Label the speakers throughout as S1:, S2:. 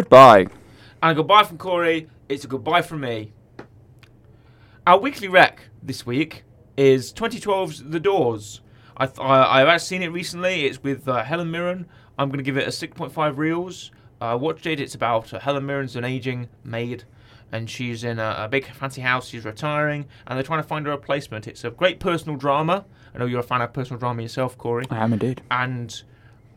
S1: Goodbye.
S2: And a goodbye from Corey. It's a goodbye from me. Our weekly rec this week is 2012's The Doors. I th- I, I've actually seen it recently. It's with uh, Helen Mirren. I'm going to give it a 6.5 reels. Uh, watched it. It's about uh, Helen Mirren's an aging maid, and she's in a, a big fancy house. She's retiring, and they're trying to find her a placement. It's a great personal drama. I know you're a fan of personal drama yourself, Corey
S1: I am indeed.
S2: and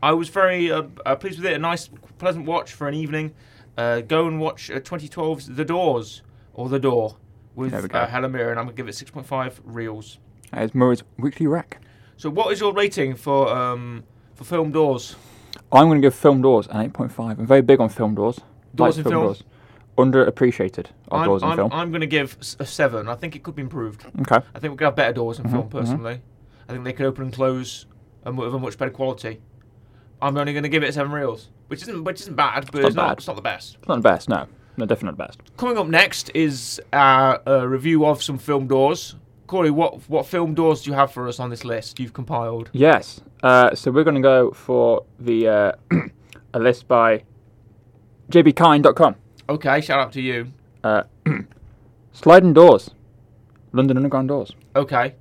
S2: I was very uh, uh, pleased with it. A nice, pleasant watch for an evening. Uh, go and watch uh, 2012's The Doors or The Door with
S1: There we go.
S2: uh, Helen Mirren. I'm gonna give it 6.5 reels.
S1: That is Murray's weekly rec.
S2: So, what is your rating for um, for film Doors?
S1: I'm going to give Film Doors an 8.5. I'm very big on Film Doors.
S2: Doors and films?
S1: Underappreciated are
S2: I'm,
S1: Doors and
S2: I'm,
S1: Film.
S2: I'm gonna give s- a seven. I think it could be improved.
S1: okay.
S2: I think we could have better doors in film
S1: mhm.
S2: personally. I think they could open and close um, of a much better quality. I'm only gonna give it seven reels, which isn't which isn't bad, but
S1: not
S2: it's not,
S1: bad.
S2: it's not the best.
S1: It's not the best, no. No, definitely not the best.
S2: Coming up next is uh, a review of some film doors. Corey, what what film doors do you have for us on this list you've compiled?
S1: Yes. Uh, so we're going to go for the uh, a list by jbkind.com.
S2: Okay, shout out to you.
S1: Uh, sliding Doors. London Underground Doors.
S2: Okay,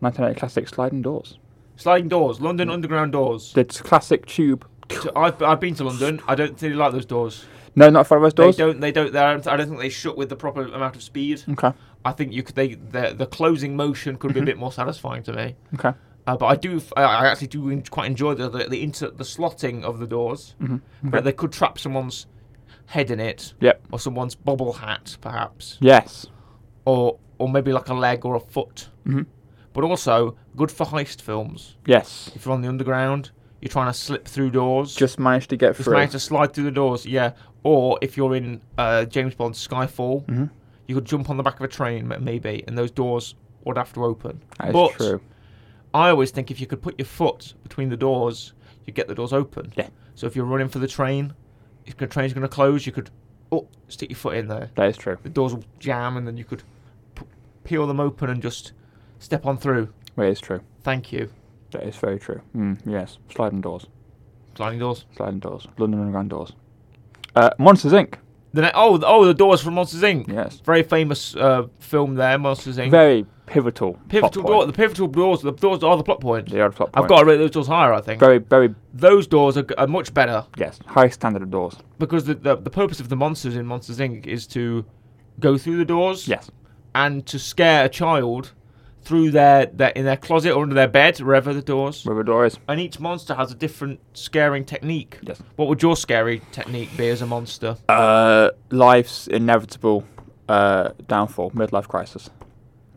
S1: 1980 classic Sliding Doors.
S2: sliding doors, London underground doors.
S1: It's classic tube.
S2: So I've I've been to London. I don't really like those doors.
S1: No, not Far West Doors.
S2: They don't. They don't. They don't I don't think they shut with the proper amount of speed.
S1: Okay.
S2: I think you could. They the, the closing motion could be a bit more satisfying to me.
S1: Okay.
S2: Uh, but I do. f- I- I actually do en- quite enjoy the the the, inter, the slotting of the doors. But they could trap someone's head in it.
S1: Yep.
S2: or someone's bobble hat, perhaps,
S1: Yes.
S2: or or maybe like a leg or a foot.
S1: Mhm.
S2: But also good for heist films.
S1: Yes.
S2: If you're on the underground, you're trying to slip through doors.
S1: Just managed to get
S2: Just
S1: through.
S2: manage to slide through the doors, yeah. Or if you're in uh, James Bond's Skyfall,
S1: Mhm.
S2: you could jump on the back of a train, m- maybe, and those doors would have to open.
S1: That is
S2: but
S1: true.
S2: I always think if you could put your foot between the doors, you get the doors open.
S1: Yeah.
S2: So if you're running for the train, if the train's going to close, you could oh, stick your foot in there
S1: That is true.
S2: the doors will jam and then you could p- peel them open and just step on through.
S1: That is true.
S2: Thank you.
S1: That is very true. Mm, yes. Sliding Doors.
S2: Sliding doors.
S1: Sliding Doors. London Underground Doors. Uh, Monsters Inc.
S2: The ne- oh, the- oh, the doors from Monsters Inc.
S1: Yes.
S2: Very famous uh, film there, Monsters Inc.
S1: Very pivotal. plot
S2: pivotal
S1: point.
S2: door. The pivotal doors. The doors are the plot point.
S1: They are the plot
S2: I've
S1: point.
S2: got to rate those doors higher. I think
S1: very, very
S2: those doors are, g- are much better
S1: yes, high standard of doors.
S2: because the, the the purpose of the monsters in Monsters Inc. is to go through the doors
S1: Yes,
S2: and to scare a child through their, their in their closet or under their bed, wherever the doors.
S1: where the door is.
S2: and each monster has a different scaring technique.
S1: Yes.
S2: What would your scary technique be as a monster?
S1: Uh, life's inevitable uh, downfall, midlife crisis.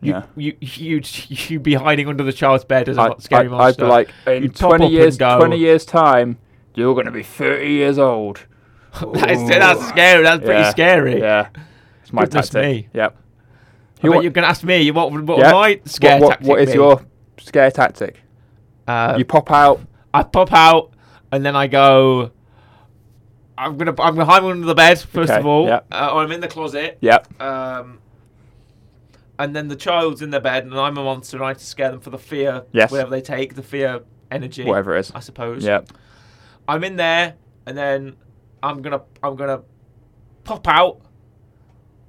S2: You,
S1: yeah.
S2: You you'd you'd be hiding under the child's bed as a
S1: I,
S2: mon- scary
S1: I, I'd
S2: monster.
S1: be like, in
S2: You'd pop
S1: 20
S2: up and
S1: years,
S2: go.
S1: 20 years time, you're gonna be 30 years old.
S2: that is, that's scary. That's pretty
S1: Yeah,
S2: scary.
S1: Yeah, it's my
S2: Goodness
S1: tactic.
S2: me.
S1: Yep.
S2: I
S1: You
S2: bet
S1: want-
S2: you're gonna ask me what would what would
S1: yeah.
S2: my scare
S1: what, what,
S2: tactic
S1: What is
S2: be?
S1: your scare tactic?
S2: Uh,
S1: you pop out.
S2: I pop out and then I go. I'm gonna I'm gonna hide under the bed first
S1: Okay,
S2: of all,
S1: yeah.
S2: uh, or I'm in the closet.
S1: Yep.
S2: Um, and then the child's in their bed, and I'm a monster, and I have to scare them for the fear.
S1: Yes.
S2: Whatever they take, the fear energy.
S1: Whatever it is.
S2: I suppose.
S1: Yep.
S2: I'm in there, and then I'm gonna I'm gonna pop out,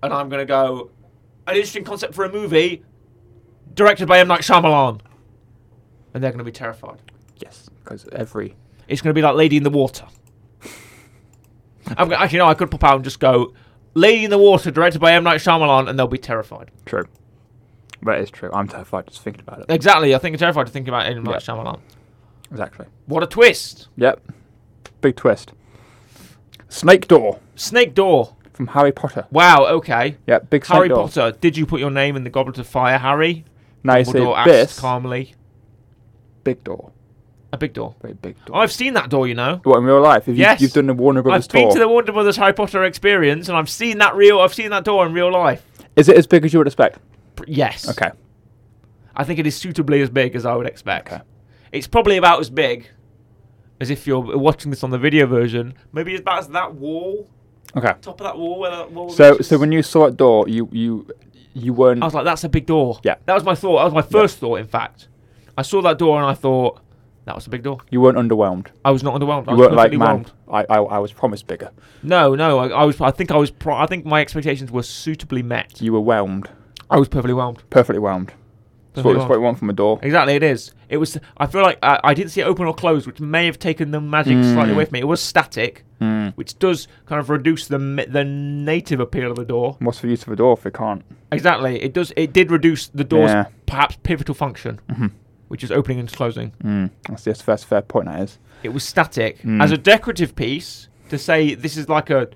S2: and I'm gonna go. An interesting concept for a movie, directed by M Night Shyamalan, and they're gonna be terrified.
S1: Yes, because every
S2: It's gonna be like Lady in the Water. I'm gonna, actually no, I could pop out and just go. Lady in the Water, directed by M Night Shyamalan, and they'll be terrified.
S1: true. That is true. I'm terrified just thinking about it.
S2: Exactly. I think it's terrified to think about it in Night
S1: Yeah.
S2: Shyamalan.
S1: Exactly.
S2: What a twist!
S1: Yep. Big twist. Snake door
S2: Snake Door.
S1: from Harry Potter.
S2: Wow. Okay.
S1: Yep, big snake
S2: Harry
S1: door.
S2: Potter. Did you put your name in the Goblet of Fire, Harry?
S1: Now you
S2: Dumbledore
S1: see
S2: asked
S1: this
S2: calmly.
S1: big door.
S2: A big door.
S1: Very big door.
S2: I've seen that door. You know.
S1: What in real life? If you,
S2: Yes.
S1: you've done the Warner Brothers
S2: I've been
S1: tour,
S2: to the Warner Brothers Harry Potter experience, and I've seen that real. I've seen that door in real life.
S1: is it as big as you would expect?
S2: Pr- Yes.
S1: Okay.
S2: I think it is suitably as big as I would expect.
S1: Okay.
S2: It's probably about as big as if you're watching this on the video version. Maybe it's about as that wall,
S1: Okay.
S2: top of that wall. Where that wall
S1: So,
S2: reaches.
S1: so when you saw that door, you you you weren't.
S2: I was like, that's a big door.
S1: Yeah.
S2: That was my thought. That was my first thought, in fact. I saw that door and I thought, That was a big door.
S1: You weren't underwhelmed.
S2: I was not underwhelmed. I
S1: You
S2: was
S1: weren't like,
S2: perfectly
S1: man,
S2: whelmed.
S1: I, I, I was promised bigger.
S2: No, no. I, I was. I think I was. Pro- I think my expectations were suitably met.
S1: You were whelmed.
S2: I was perfectly whelmed.
S1: Perfectly whelmed. That's
S2: Perfectly
S1: what, that's what
S2: whelmed.
S1: you want from a door.
S2: Exactly, it is. It was. I feel like uh, I, I didn't see it open or close, which may have taken the magic slightly
S1: Mm.
S2: away from me. It was static,
S1: Hmm.
S2: which does kind of reduce the mi- the native appeal of the door.
S1: What's the use of a door if it can't?
S2: Exactly, it does. It did reduce the door's
S1: Yeah.
S2: perhaps pivotal function,
S1: Mhm.
S2: which is opening and closing.
S1: Mm. That's, that's, that's a fair point, that is.
S2: It was static
S1: Mm.
S2: as a decorative piece to say this is like a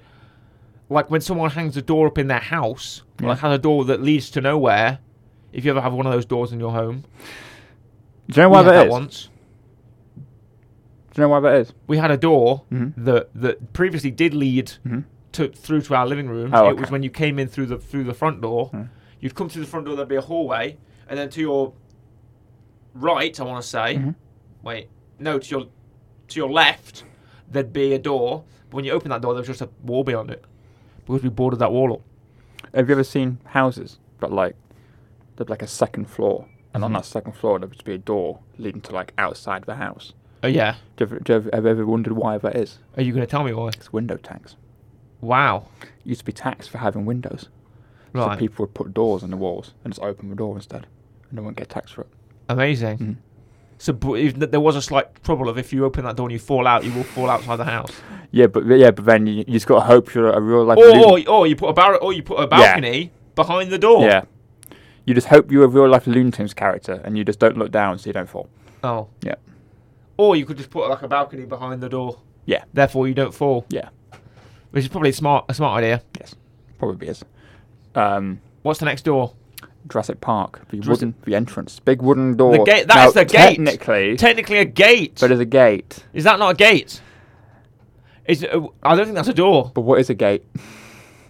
S2: like when someone hangs a door up in their house,
S1: Yeah.
S2: like has a door that leads to nowhere. If you ever have one of those doors in your home,
S1: Do you know
S2: we
S1: why
S2: had
S1: that
S2: that
S1: is?
S2: once.
S1: Do you know why that is?
S2: We had a door
S1: Mhm.
S2: that that previously did lead
S1: Mhm.
S2: to through to our living room.
S1: Oh,
S2: It was
S1: okay.
S2: when you came in through the through the front door.
S1: Mm.
S2: You'd come through the front door. There'd be a hallway, and then to your right, I want to say,
S1: Mhm.
S2: wait, no, to your to your left, there'd be a door. But when you open that door, there was just a wall beyond it because we boarded that wall up.
S1: Have you ever seen houses, but like, they've like a second floor, and on
S2: Mhm.
S1: that second floor there would be a door leading to like outside the house.
S2: Oh yeah.
S1: Do you ever, do you ever, have you ever wondered why that is?
S2: Are you going to tell me why?
S1: It's window tax.
S2: Wow.
S1: It used to be taxed for having windows, so
S2: Right.
S1: people would put doors on the walls and just open the door instead, and they wouldn't get taxed for it.
S2: Amazing.
S1: Mhm.
S2: So, but if, th- there was a slight trouble of if you open that door and you fall out, you will fall outside the house.
S1: Yeah, but yeah, but then you, you just got to hope you're a real life.
S2: or,
S1: loon.
S2: or, or you put a bar- or you put a balcony behind the door.
S1: Yeah. You just hope you're a real life Looney Tunes character and you just don't look down so you don't fall.
S2: Oh.
S1: Yeah.
S2: Or you could just put like a balcony behind the door.
S1: Yeah.
S2: Therefore, you don't fall,
S1: Yeah.
S2: which is probably smart a smart idea.
S1: Yes. Probably is. Um,
S2: What's the next door?
S1: Jurassic Park, the
S2: Jurassic-
S1: wooden, the entrance, big wooden door.
S2: The gate.
S1: Now,
S2: That is the gate.
S1: Technically,
S2: Technically a gate.
S1: but it's a gate.
S2: is that not a gate? Is it, I don't think that's a door.
S1: But what is a gate?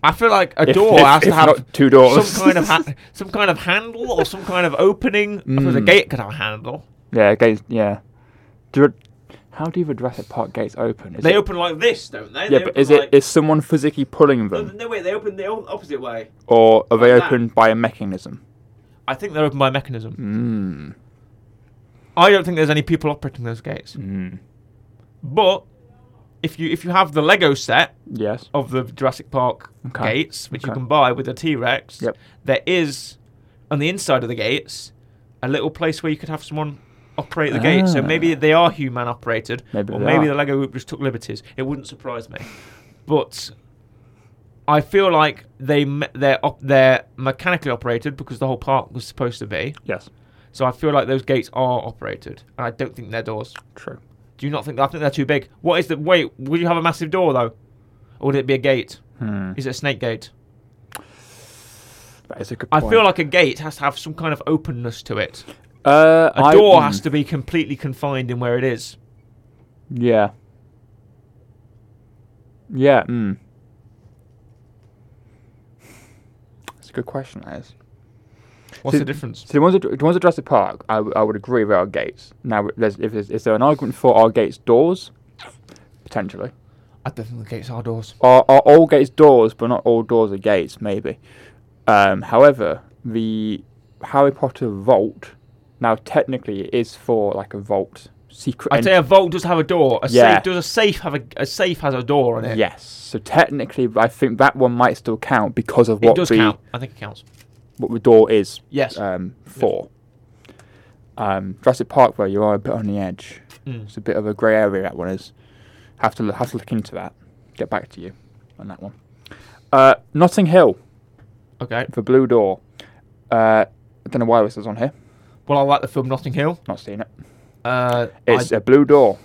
S2: I feel like a
S1: If-
S2: door
S1: if-
S2: has
S1: if
S2: to have
S1: not two doors.
S2: some kind of ha- some kind of handle or some kind of opening. I suppose a
S1: Mm.
S2: gate could have a handle.
S1: Yeah, a gate. Yeah. Do, how do the Jurassic Park gates open? Is
S2: They
S1: it-
S2: open like this, don't they?
S1: Yeah,
S2: They
S1: but
S2: open
S1: is it is
S2: like-
S1: someone physically pulling
S2: No,
S1: them,
S2: no, wait. They open the o- opposite way.
S1: or are they
S2: like that.
S1: opened by a mechanism?
S2: I think they're open by mechanism.
S1: Mm.
S2: Hmm. I don't think there's any people operating those gates.
S1: Mm.
S2: But if you if you have the Lego set
S1: Yes.
S2: of the Jurassic Park
S1: Okay.
S2: gates, which you
S1: Okay.
S2: can buy with the T Rex,
S1: Yep.
S2: there is on the inside of the gates a little place where you could have someone operate the gate. So
S1: Ah.
S2: maybe they are human operated,
S1: Maybe
S2: or
S1: they
S2: maybe
S1: are.
S2: the Lego group just took liberties. It wouldn't surprise me, but. I feel like they me- they're op- they're mechanically operated because the whole park was supposed to be.
S1: Yes.
S2: So I feel like those gates are operated, and I don't think they're doors.
S1: True.
S2: Do you not think? I think they're too big. What is the wait? Would you have a massive door though, or would it be a gate?
S1: Hmm.
S2: Is it a snake gate?
S1: That is a good
S2: I
S1: point.
S2: feel like a gate has to have some kind of openness to it.
S1: Uh,
S2: A door has to be completely confined in where it is.
S1: mm, Yeah. Yeah. Mm. That's a good question. That is.
S2: What's
S1: See-
S2: the difference?
S1: So the ones at, the ones at Jurassic Park, I, w- I would agree with our gates. Now, there's, if there's, is there an argument for our gates doors? Potentially.
S2: I don't think the gates are doors.
S1: Are, are all gates doors, but not all doors are gates? Maybe. Um, however, the Harry Potter vault now technically it is for like a vault secret.
S2: I'd say a vault does have a door. A
S1: Yeah.
S2: safe does a safe have a, a safe has a door on it.
S1: Yes. So technically, I think that one might still count because of
S2: It
S1: what
S2: does
S1: the
S2: count. I think it counts.
S1: what the door is
S2: Yes.
S1: um, for. Um, Jurassic Park, where you are a bit on the edge,
S2: Mm.
S1: it's a bit of a grey area. That one is. Have to look, have to look into that. Get back to you on that one. Uh, Notting Hill,
S2: Okay.
S1: the Blue Door. Uh, I don't know why this is on here.
S2: Well, I like the film Notting Hill.
S1: Not seen it.
S2: Uh,
S1: It's
S2: I,
S1: a blue door.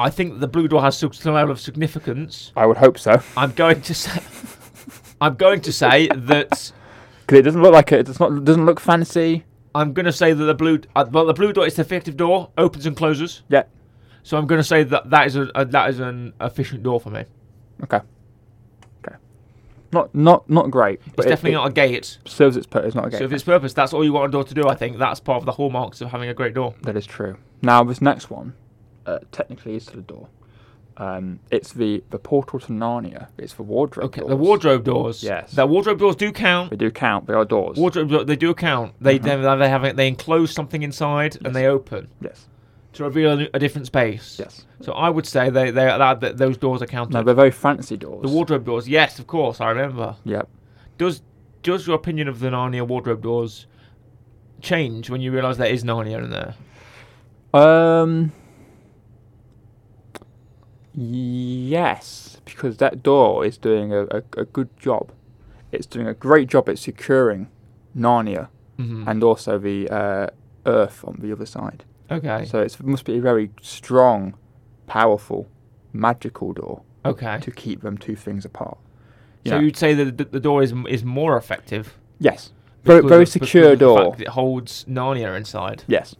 S2: I think the blue door has some level of significance.
S1: I would hope so,
S2: I'm going to say. I'm going to say that.
S1: because it doesn't look like it. It's not. Doesn't look fancy.
S2: I'm going to say that the blue, uh, well, the blue door is the effective door, opens and closes.
S1: Yeah.
S2: So I'm going to say that that is a, a that is an efficient door for me.
S1: Okay. Okay. Not not not great.
S2: It's definitely not a gate.
S1: serves its purpose. Not a gate.
S2: So if its purpose, that's all you want a door to do. I think that's part of the hallmarks of having a great door.
S1: That is true. Now this next one, uh, technically is to the door. Um, it's the the portal to Narnia. It's the wardrobe.
S2: Okay, the
S1: doors.
S2: wardrobe doors.
S1: Yes.
S2: the wardrobe doors do count.
S1: They do count. They are doors. Mm-hmm.
S2: Wardrobe, door- they do count. They they, they have a, they enclose something inside and they open.
S1: yes.
S2: to reveal a, a different space.
S1: Yes.
S2: So I would say they, they that, that those doors are counted.
S1: No, they're very fancy doors.
S2: the wardrobe doors, yes, of course, I remember.
S1: Yep.
S2: Does does your opinion of the Narnia wardrobe doors change when you realise there is Narnia in there?
S1: Um. Yes, because that door is doing a, a, a good job. It's doing a great job at securing Narnia
S2: Mm-hmm.
S1: and also the uh, Earth on the other side.
S2: okay,
S1: So it's, it must be a very strong, powerful, magical door
S2: okay.
S1: to keep them two things apart. You
S2: So
S1: know,
S2: you'd say that the, the door is is more effective.
S1: yes, very,
S2: because
S1: very
S2: of-
S1: secure
S2: because of the
S1: door.
S2: fact that it holds Narnia inside.
S1: Yes,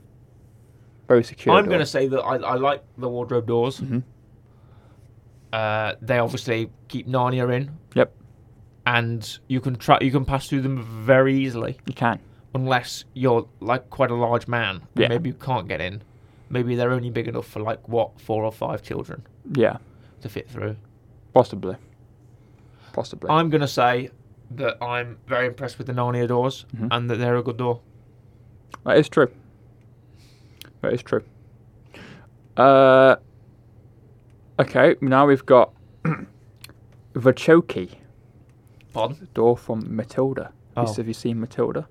S1: very secure.
S2: I'm going to say that I, I like the wardrobe doors.
S1: Mhm.
S2: Uh, they obviously keep Narnia in,
S1: Yep,
S2: and you can tra- you can pass through them very easily,
S1: you can.
S2: unless you're like quite a large man. and
S1: Yeah.
S2: Maybe you can't get in. Maybe they're only big enough for like what four or five children
S1: Yeah,
S2: to fit through.
S1: possibly. Possibly.
S2: I'm going to say that I'm very impressed with the Narnia doors,
S1: Mhm.
S2: and that they're a good door.
S1: That is true. That is true. Uh, okay, now we've got the Choki
S2: Pardon?
S1: door from Matilda.
S2: Oh.
S1: Have you seen Matilda?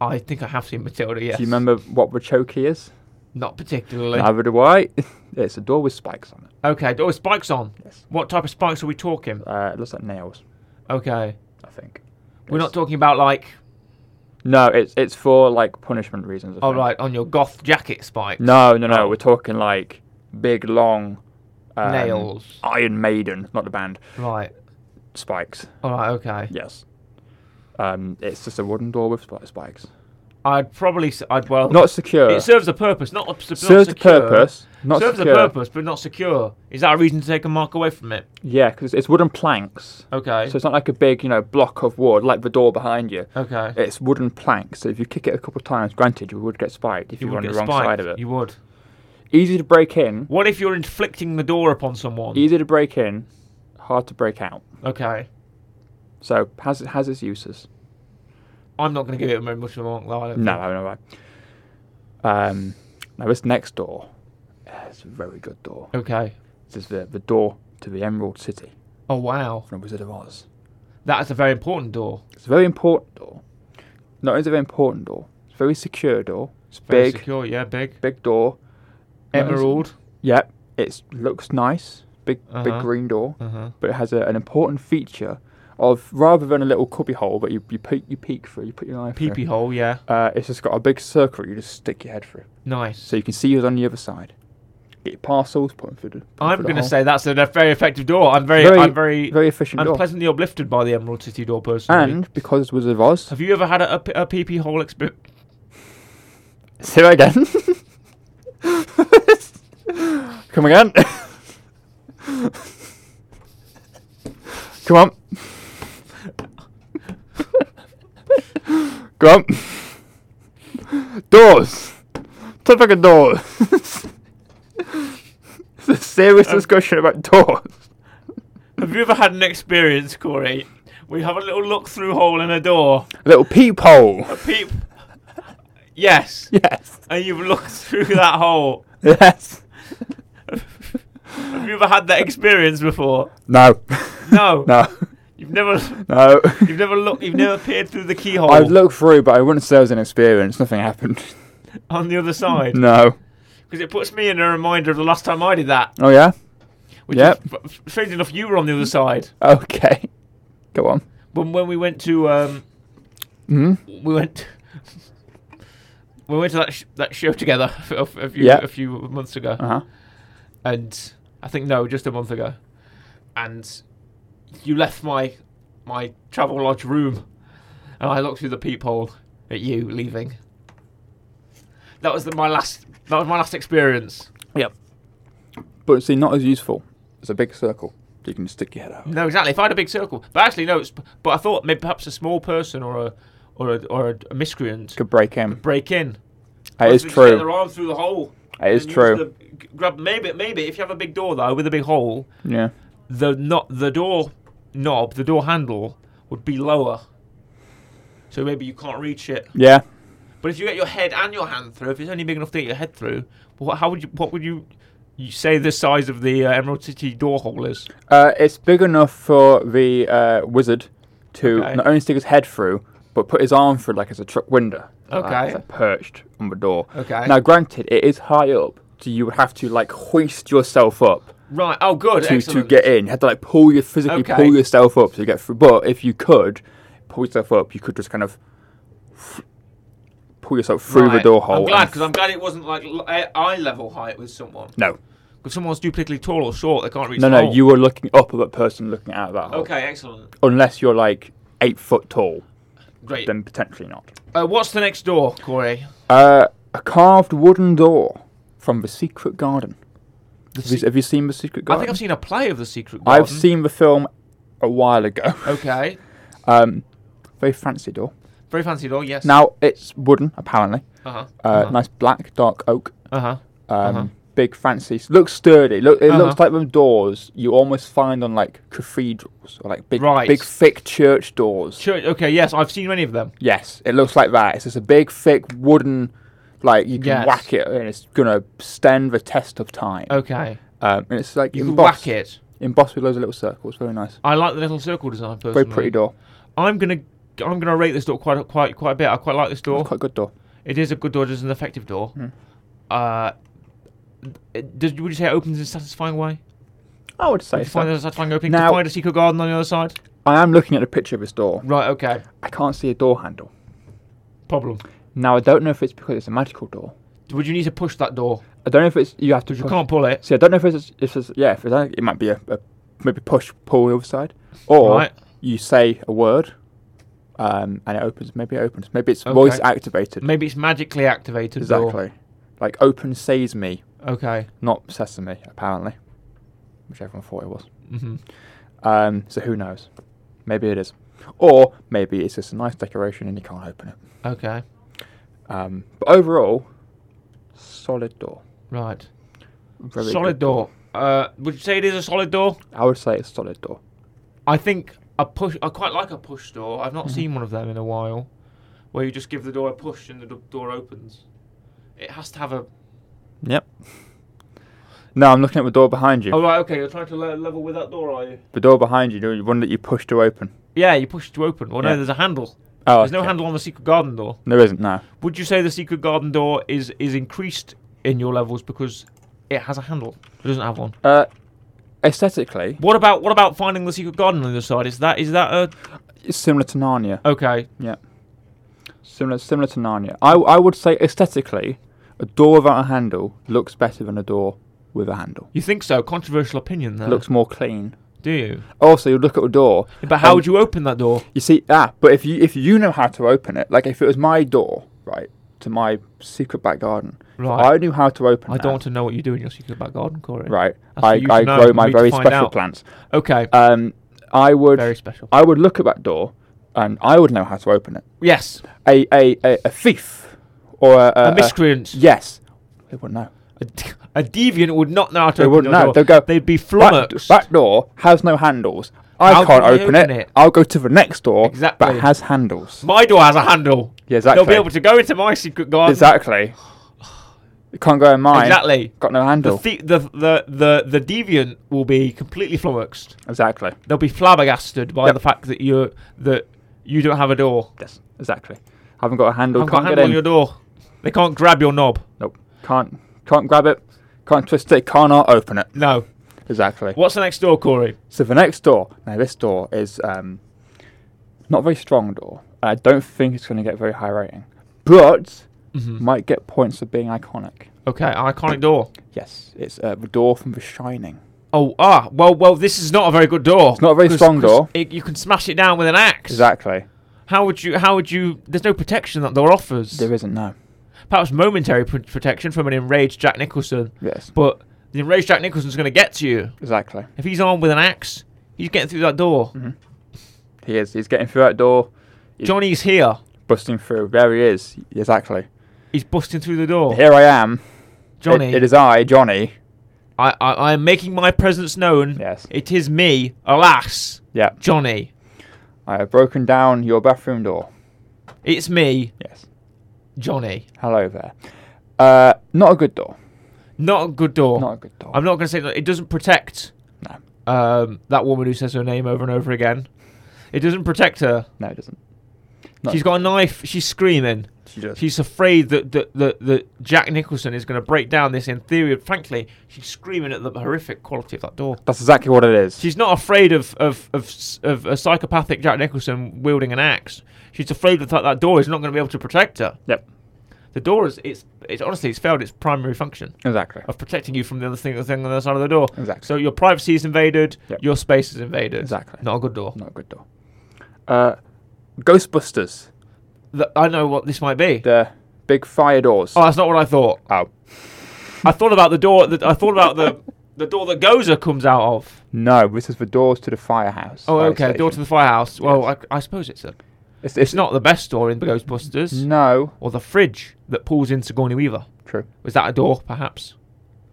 S2: I think I have seen Matilda. Yes.
S1: Do you remember what the Choki is?
S2: Not particularly.
S1: Neither do I. It's a door with spikes on it.
S2: Okay. Oh, spikes on.
S1: Yes.
S2: What type of spikes are we talking?
S1: Uh, it looks like nails,
S2: Okay.
S1: I think.
S2: We're
S1: It's-
S2: not talking about like,
S1: No, it's it's for like punishment reasons. I
S2: all
S1: think.
S2: Oh, right, on your goth jacket spikes.
S1: No, no, no.
S2: Oh.
S1: We're talking like big, long um,
S2: Nails.
S1: Iron Maiden, not the band.
S2: Right.
S1: Spikes.
S2: All right. Okay.
S1: Yes. Um, it's just a wooden door with sp- spikes.
S2: I'd probably. s- I'd well.
S1: Not secure.
S2: It serves a purpose. Not obs- not
S1: serves a
S2: secure.
S1: purpose. Not
S2: serves
S1: secure.
S2: a purpose, but not secure. Is that a reason to take a mark away from it?
S1: Yeah, because it's wooden planks.
S2: Okay.
S1: So it's not like a big, you know, block of wood like the door behind you.
S2: okay.
S1: It's wooden planks. So if you kick it a couple of times, granted, you would get spiked if you, were on
S2: would
S1: the
S2: get
S1: wrong
S2: spiked.
S1: side of it.
S2: You would.
S1: Easy to break in.
S2: What if you're inflicting the door upon someone?
S1: Easy to break in. Hard to break out.
S2: okay.
S1: So has it has its uses.
S2: I'm not going to give it very much of a mark. though, I don't
S1: No,
S2: think.
S1: no, no. no. Um, now this next door, uh, it's a very good door.
S2: Okay.
S1: This is the, the door to the Emerald City
S2: Oh wow,
S1: from The Wizard of Oz.
S2: that is a very important door.
S1: It's a very important door. Not only is it a very important door, it's a very secure door. It's
S2: Very
S1: big,
S2: secure. Yeah, big.
S1: big door. Not only is-
S2: Emerald.
S1: Yep, it looks nice. Big, big
S2: Uh-huh.
S1: green door,
S2: Uh huh.
S1: but it has a, an important feature of rather than a little cubby hole that you you peek you peek through, you put your eye
S2: Peepee
S1: through.
S2: hole. Yeah.
S1: Uh, it's just got a big circle. You just stick your head through.
S2: Nice.
S1: so you can see who's on the other side. Get your parcels, put them through the. put 'em
S2: I'm
S1: through the
S2: going to
S1: hole.
S2: say that's a de- very effective door. I'm very, I'm very,
S1: very efficient
S2: I'm
S1: door.
S2: pleasantly uplifted by the Emerald City door personally.
S1: And because it was of Oz,
S2: have you ever had a, a, p- a PP hole experience?
S1: say that again. Come again. Come on. Come on. Doors. Talk about doors. it's a serious discussion about doors.
S2: Have you ever had an experience, Corey? We have a little look through hole in a door.
S1: A little peephole.
S2: A peep. yes.
S1: Yes.
S2: And you've looked through that hole.
S1: Yes.
S2: Have you ever had that experience before?
S1: No.
S2: No.
S1: No.
S2: You've never.
S1: No.
S2: You've never looked. You've never peered through the keyhole
S1: I've looked through, but I wouldn't say it was an experience. Nothing happened.
S2: on the other side
S1: No.
S2: because it puts me in a reminder of the last time I did that.
S1: Oh yeah.
S2: Which
S1: Yep.
S2: is- f- f- strange enough, you were on the other side.
S1: Okay. Go on.
S2: when when we went to um
S1: Hmm.
S2: we went we went to that sh- that show together a, f- a few
S1: Yeah.
S2: a few months ago
S1: Uh huh.
S2: and I think no just a month ago and you left my my travel lodge room and I looked through the peephole at you leaving that was the, my last that was my last experience
S1: Yep. But see, not as useful. It's a big circle. You can just stick your head out.
S2: no exactly if I had a big circle but actually no it's, but I thought maybe perhaps a small person or a or a, or a, a miscreant
S1: Could break in.
S2: break in
S1: It is
S2: Just get Their
S1: true.
S2: arm through the hole.
S1: It is
S2: and use
S1: true.
S2: the- grab maybe maybe if you have a big door though with a big hole,
S1: Yeah.
S2: the not the door knob, the door handle would be lower. So maybe you can't reach it,
S1: Yeah.
S2: But if you get your head and your hand through, if it's only big enough to get your head through, what, how would you? What would you? You say the size of the uh, Emerald City door hole is.
S1: Uh, it's big enough for the uh, wizard to
S2: Okay.
S1: not only stick his head through, but put his arm through like it's a truck window. Like,
S2: Okay.
S1: it's, like, perched on the door.
S2: Okay.
S1: Now, granted, it is high up, so you would have to like hoist yourself up
S2: Right. Oh, good.
S1: to, to
S2: excellent.
S1: get in. You had to like pull your physically
S2: Okay.
S1: pull yourself up to get through. But if you could pull yourself up, you could just kind of f- pull yourself through the
S2: Right.
S1: door hole.
S2: I'm glad
S1: and-
S2: because I'm glad it wasn't like l- eye eye level height with someone.
S1: no,
S2: If someone's stupidly tall or short, they can't reach.
S1: no,
S2: the
S1: no.
S2: hole.
S1: You were looking up at that person looking out of that hole.
S2: Okay, excellent.
S1: Unless you're like eight foot tall,
S2: Great.
S1: then potentially not.
S2: Uh, what's the next door, Corey?
S1: Uh, a carved wooden door from the Secret Garden.
S2: The
S1: Have you,
S2: se-
S1: have you seen the Secret
S2: I
S1: Garden?
S2: think I've seen a play of the Secret Garden. Oh.
S1: I've seen the film a while ago.
S2: Okay.
S1: Um, very fancy door.
S2: Very fancy door. Yes.
S1: Now it's wooden, apparently.
S2: Uh huh.
S1: Uh, Nice black, dark oak.
S2: Uh huh.
S1: Um,
S2: Uh-huh.
S1: Big fancy. s- Looks sturdy. Look, it looks
S2: Uh-huh.
S1: like them doors you almost find on like cathedrals or like big,
S2: Right.
S1: big thick church doors.
S2: Church. Okay. Yes, I've seen many of them.
S1: Yes, it looks like that. It's just a big, thick wooden, like you can
S2: Yes.
S1: whack it, and it's gonna stand the test of time.
S2: Okay.
S1: Um, and it's like
S2: You can
S1: embossed,
S2: whack it.
S1: embossed with loads of little circles. Very nice.
S2: I like the little circle design personally.
S1: Very pretty door.
S2: I'm gonna. I'm gonna rate this door quite a, quite quite a bit. I quite like this door.
S1: It's quite Hmm. a good door.
S2: It is a good door. It is an effective door. Uh, it- does, would you say it opens in a satisfying way?
S1: I would say
S2: Did you find
S1: so.
S2: that a satisfying opening?
S1: Now-
S2: to find a secret garden on the other side?
S1: I am looking at a picture of this door.
S2: Right, okay.
S1: I can't see a door handle.
S2: Problem.
S1: Now I don't know if it's because it's a magical door.
S2: Would you need to push that door?
S1: I don't know if it's you have to.
S2: Because you
S1: push-
S2: can't pull it.
S1: See, I don't know if it's, if it's yeah. If it's, like- it might be a, a maybe push pull the other side, or
S2: Right.
S1: you say a word, um, and it opens. Maybe it opens. Maybe it's
S2: Okay.
S1: voice activated.
S2: Maybe it's magically activated. door.
S1: Exactly. Like open sesame,
S2: Okay.
S1: not sesame, apparently, which everyone thought it was.
S2: hmm
S1: Um, so who knows? Maybe it is, or maybe it's just a nice decoration and you can't open it.
S2: Okay.
S1: Um, but overall, solid door.
S2: Right.
S1: Very
S2: solid
S1: good.
S2: door. Uh, would you say it is a solid door?
S1: I would say it's solid door.
S2: I think a push. I quite like a push door. I've not seen one of them in a while, where you just give the door a push and the d- door opens. It has to have a.
S1: Yep. No, I'm looking at the door behind you.
S2: Oh right, okay. You're trying to le- level with that door, are you?
S1: The door behind you, the one that you push to open.
S2: Yeah, you push it to open. Well,
S1: Yeah.
S2: no, there's a handle.
S1: Oh,
S2: there's no
S1: okay.
S2: handle on the secret garden door.
S1: There isn't now.
S2: Would you say the secret garden door is is increased in your levels because it has a handle? It doesn't have one.
S1: Uh, aesthetically,
S2: What about what about finding the secret garden on the other side? Is that is that a
S1: it's similar to Narnia.
S2: okay?
S1: Yeah. Similar, similar to Narnia. I, I would say aesthetically, a door without a handle looks better than a door with a handle.
S2: You think so? Controversial opinion there.
S1: Looks more clean.
S2: do you?
S1: Also, you look at a door.
S2: But how
S1: and
S2: would you open that door?
S1: You see, ah, but if you if you know how to open it, like if it was my door, right, to my secret back garden, if
S2: Right.
S1: I knew how to open.
S2: I
S1: that,
S2: don't want to know what you do in your secret back garden, Corey.
S1: Right.
S2: That's for
S1: I,
S2: you to
S1: I
S2: know,
S1: grow
S2: for
S1: my
S2: me to
S1: very
S2: find
S1: special
S2: out.
S1: plants.
S2: Okay.
S1: Um, I would
S2: Very special.
S1: I would look at that door, and I would know how to open it.
S2: yes.
S1: A a, a, a thief, or a,
S2: A miscreant.
S1: yes, they wouldn't know.
S2: A, d- a deviant would not know how to
S1: They
S2: open
S1: wouldn't
S2: your
S1: know.
S2: door.
S1: They'd go.
S2: They'd be
S1: That,
S2: flummoxed.
S1: that door has no handles. I
S2: How
S1: can't
S2: can they
S1: open,
S2: open
S1: it.
S2: it?
S1: I'll go to the next door, but
S2: Exactly.
S1: it has handles.
S2: my door has a handle.
S1: Yeah, exactly.
S2: They'll be able to go into my secret garden.
S1: Exactly. You can't go in mine.
S2: Exactly.
S1: Got no
S2: The,
S1: handle.
S2: the, the, the, the, the deviant will be completely flummoxed.
S1: exactly.
S2: They'll be flabbergasted by
S1: Yep.
S2: the fact that you're that you don't have a door.
S1: Yes. Exactly. Haven't got a handle.
S2: I've got
S1: can't
S2: a
S1: get
S2: handle
S1: in.
S2: on your door. They can't grab your knob.
S1: Nope. Can't can't grab it. Can't twist it. Cannot open it.
S2: No.
S1: Exactly.
S2: What's the next door, Corey?
S1: So the next door. Now this door is um, not a very strong door. I don't think it's going to get very high rating, but might get points for being iconic.
S2: Okay, an iconic door.
S1: Yes, it's uh, the door from The Shining.
S2: Oh, ah, well, well, this is not a very good door. It's
S1: not a very strong door.
S2: It, you can smash it down with an axe.
S1: Exactly.
S2: How would you? How would you? There's no protection that door offers.
S1: There isn't no.
S2: Perhaps momentary pr- protection from an enraged Jack Nicholson,
S1: Yes.
S2: but the enraged Jack Nicholson's going to get to you
S1: Exactly.
S2: if he's armed with an axe. He's getting through that door.
S1: Mm. He is. He's getting through that door, He-
S2: Johnny's here.
S1: busting through. There he is. Exactly.
S2: He's busting through the door.
S1: Here I am. It-
S2: Johnny,
S1: it is I, Johnny.
S2: I, I, I am making my presence known.
S1: Yes.
S2: It is me, alas,
S1: Yeah.
S2: Johnny.
S1: I have broken down your bathroom door.
S2: It's me,
S1: Yes.
S2: Johnny.
S1: Hello there. Uh, not a good door.
S2: Not a good door.
S1: Not a good door.
S2: I'm not going to say that it doesn't protect
S1: No.
S2: um, that woman who says her name over and over again. It doesn't protect her.
S1: no, it doesn't. No.
S2: She's got a knife. She's screaming.
S1: She does.
S2: She's afraid that that, that, that Jack Nicholson is going to break down this. In theory, frankly, she's screaming at the horrific quality of that door.
S1: That's exactly what it is.
S2: She's not afraid of of, of s- of a psychopathic Jack Nicholson wielding an axe. She's afraid that that door is not going to be able to protect her.
S1: yep.
S2: The door is it's it's honestly it's failed its primary function
S1: Exactly.
S2: of protecting you from the other thing the thing on the other side of the door.
S1: Exactly.
S2: So your privacy is invaded,
S1: Yep.
S2: your space is invaded.
S1: Exactly.
S2: Not a good door.
S1: Not a good door. Uh, Ghostbusters.
S2: Th- I know what this might be.
S1: The big fire doors.
S2: Oh, that's not what I thought.
S1: Oh.
S2: I thought about the door that I thought about the the door that Gozer comes out of.
S1: No, this is the doors to the firehouse.
S2: Oh,
S1: fire
S2: okay. Door to
S1: station.
S2: the firehouse. Well, I, I suppose it's a.
S1: It's,
S2: It's not the best door in the Ghostbusters.
S1: No.
S2: Or the fridge that pulls in Sigourney Weaver.
S1: True.
S2: Was that a door, perhaps?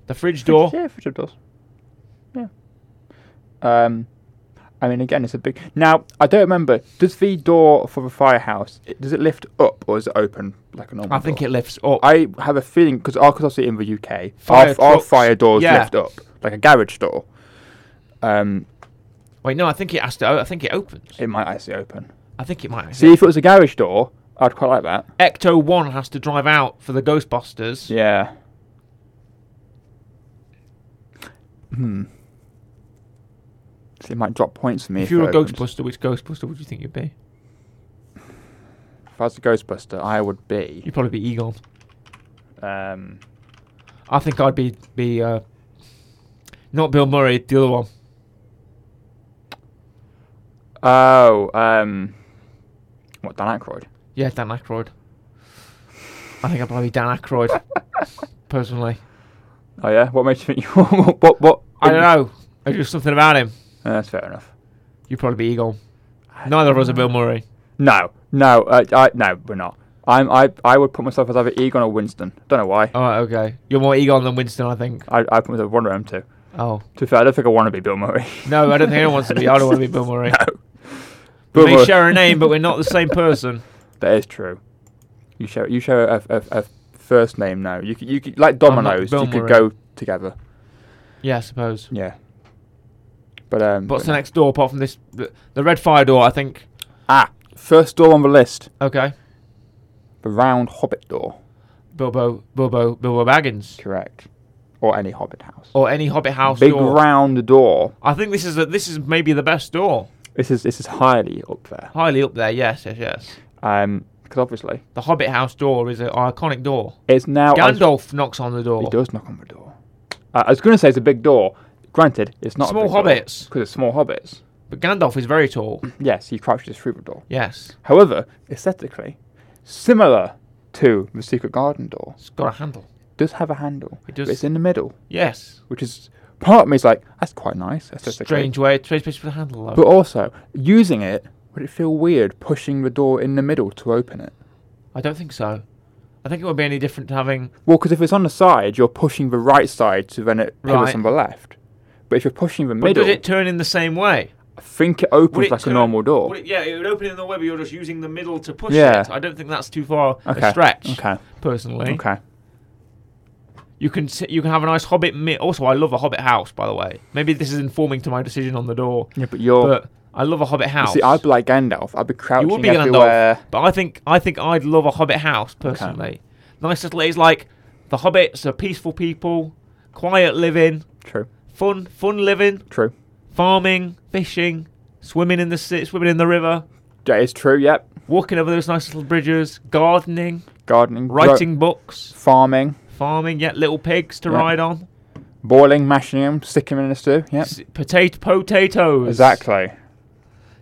S2: The fridge door.
S1: Yeah, fridge of doors. Yeah. Um, I mean, again, it's a big. Now, I don't remember. Does the door for the firehouse i- does it lift up or is it open like a normal?
S2: I think
S1: door?
S2: it lifts up.
S1: I have a feeling because because obviously in the UK, our,
S2: Fire
S1: our
S2: trucks,
S1: fire doors
S2: yeah.
S1: lift up like a garage door. Um,
S2: Wait, no. I think it has to. o- I think it opens.
S1: it might actually open.
S2: I think it might.
S1: See, if it was a garage door, I'd quite like that.
S2: Ecto One has to drive out for the Ghostbusters.
S1: Yeah. Hmm. So it might drop points for me.
S2: If you were a
S1: it opens.
S2: Ghostbuster, which Ghostbuster would you think you'd be?
S1: If I was a Ghostbuster, I would be.
S2: You'd probably be Egon.
S1: Um,
S2: I think I'd be be uh, not Bill Murray, the other one.
S1: oh, um, what Dan Aykroyd?
S2: Yeah, Dan Aykroyd. I think I'd probably be Dan Aykroyd, personally.
S1: Oh yeah, what makes you think you? what? What? what
S2: I don't know. There's just something about him.
S1: Uh, that's fair enough.
S2: You'd probably be Egon. Neither of us are Bill Murray.
S1: No, no, uh, I, no, we're not. I'm, I, I would put myself as either Egon or Winston. Don't know why.
S2: All right, okay. You're more Egon than Winston, I think.
S1: I, I put myself as one of them too.
S2: Oh
S1: To be fair, I don't think I want to be Bill Murray.
S2: no, I don't think anyone wants to be. I don't want to be Bill Murray.
S1: Bill
S2: we
S1: Murray.
S2: may share a name, but we're not the same person.
S1: That is true. You share, you share a, a, a first name now. You could, you could, like
S2: I'm not
S1: dominoes.
S2: Bill
S1: You could
S2: Murray.
S1: go together.
S2: Yeah, I suppose.
S1: Yeah. But um.
S2: What's
S1: but
S2: the
S1: no.
S2: next door apart from this? The the red fire door, I think.
S1: Ah, first door on the list.
S2: Okay.
S1: The round hobbit door.
S2: Bilbo, Bilbo, Bilbo Baggins,
S1: Correct. Or any hobbit house.
S2: or any Hobbit house
S1: Big
S2: door.
S1: round door.
S2: I think this is a, this is maybe the best door.
S1: This is this is highly up there.
S2: Highly up there, yes, yes, yes.
S1: Um, because obviously
S2: The Hobbit house door is an iconic door.
S1: it's now. as-
S2: Gandalf knocks on the door.
S1: Oh, He does knock on the door. Uh, I was going to say it's a big door. Granted, it's not
S2: Small hobbits.
S1: because it's small hobbits.
S2: But Gandalf is very tall.
S1: Yes, he crouches through the door.
S2: yes.
S1: However, aesthetically, similar to the secret garden door,
S2: It's got a handle.
S1: it does have a handle. but
S2: It does.
S1: it's in the middle,
S2: Yes.
S1: which is part of me is like that's quite nice aesthetically.
S2: Strange way, strange place for the handle though.
S1: But also using it, would it feel weird pushing the door in the middle to open it?
S2: I don't think so. I think it won't be any different to having
S1: Well, because if it's on the side, you're pushing the right side, so then it pivots
S2: Right.
S1: on the left. But if you're pushing the
S2: But
S1: middle,
S2: does it turn in the same way?
S1: I think it opens
S2: it
S1: like a
S2: turn-
S1: normal door.
S2: would it- yeah, it would open in the way, but you're just using the middle to push
S1: Yeah.
S2: it. I don't think that's too far
S1: Okay,
S2: a stretch.
S1: okay.
S2: Personally,
S1: Okay.
S2: you can sit, you can have a nice Hobbit. Mi- also, I love a Hobbit house. By the way, maybe this is informing to my decision on the door.
S1: Yeah, but you're.
S2: But I love a Hobbit house.
S1: see, I'd be like Gandalf. I'd be
S2: you
S1: crouching
S2: would be
S1: everywhere.
S2: Gandalf, but I think I think I'd love a Hobbit house personally. Nice little. It's like the Hobbits are peaceful people, quiet living,
S1: True.
S2: fun fun living,
S1: True.
S2: farming, fishing, swimming in the si- swimming in the river,
S1: That is true. Yep.
S2: walking over those nice little bridges, gardening,
S1: Gardening. gro-
S2: writing books,
S1: farming.
S2: farming. Yeah, little pigs to
S1: Yeah.
S2: ride on.
S1: Boiling, mashing them, sticking them in a stew. Yep.
S2: S- potato potatoes.
S1: Exactly.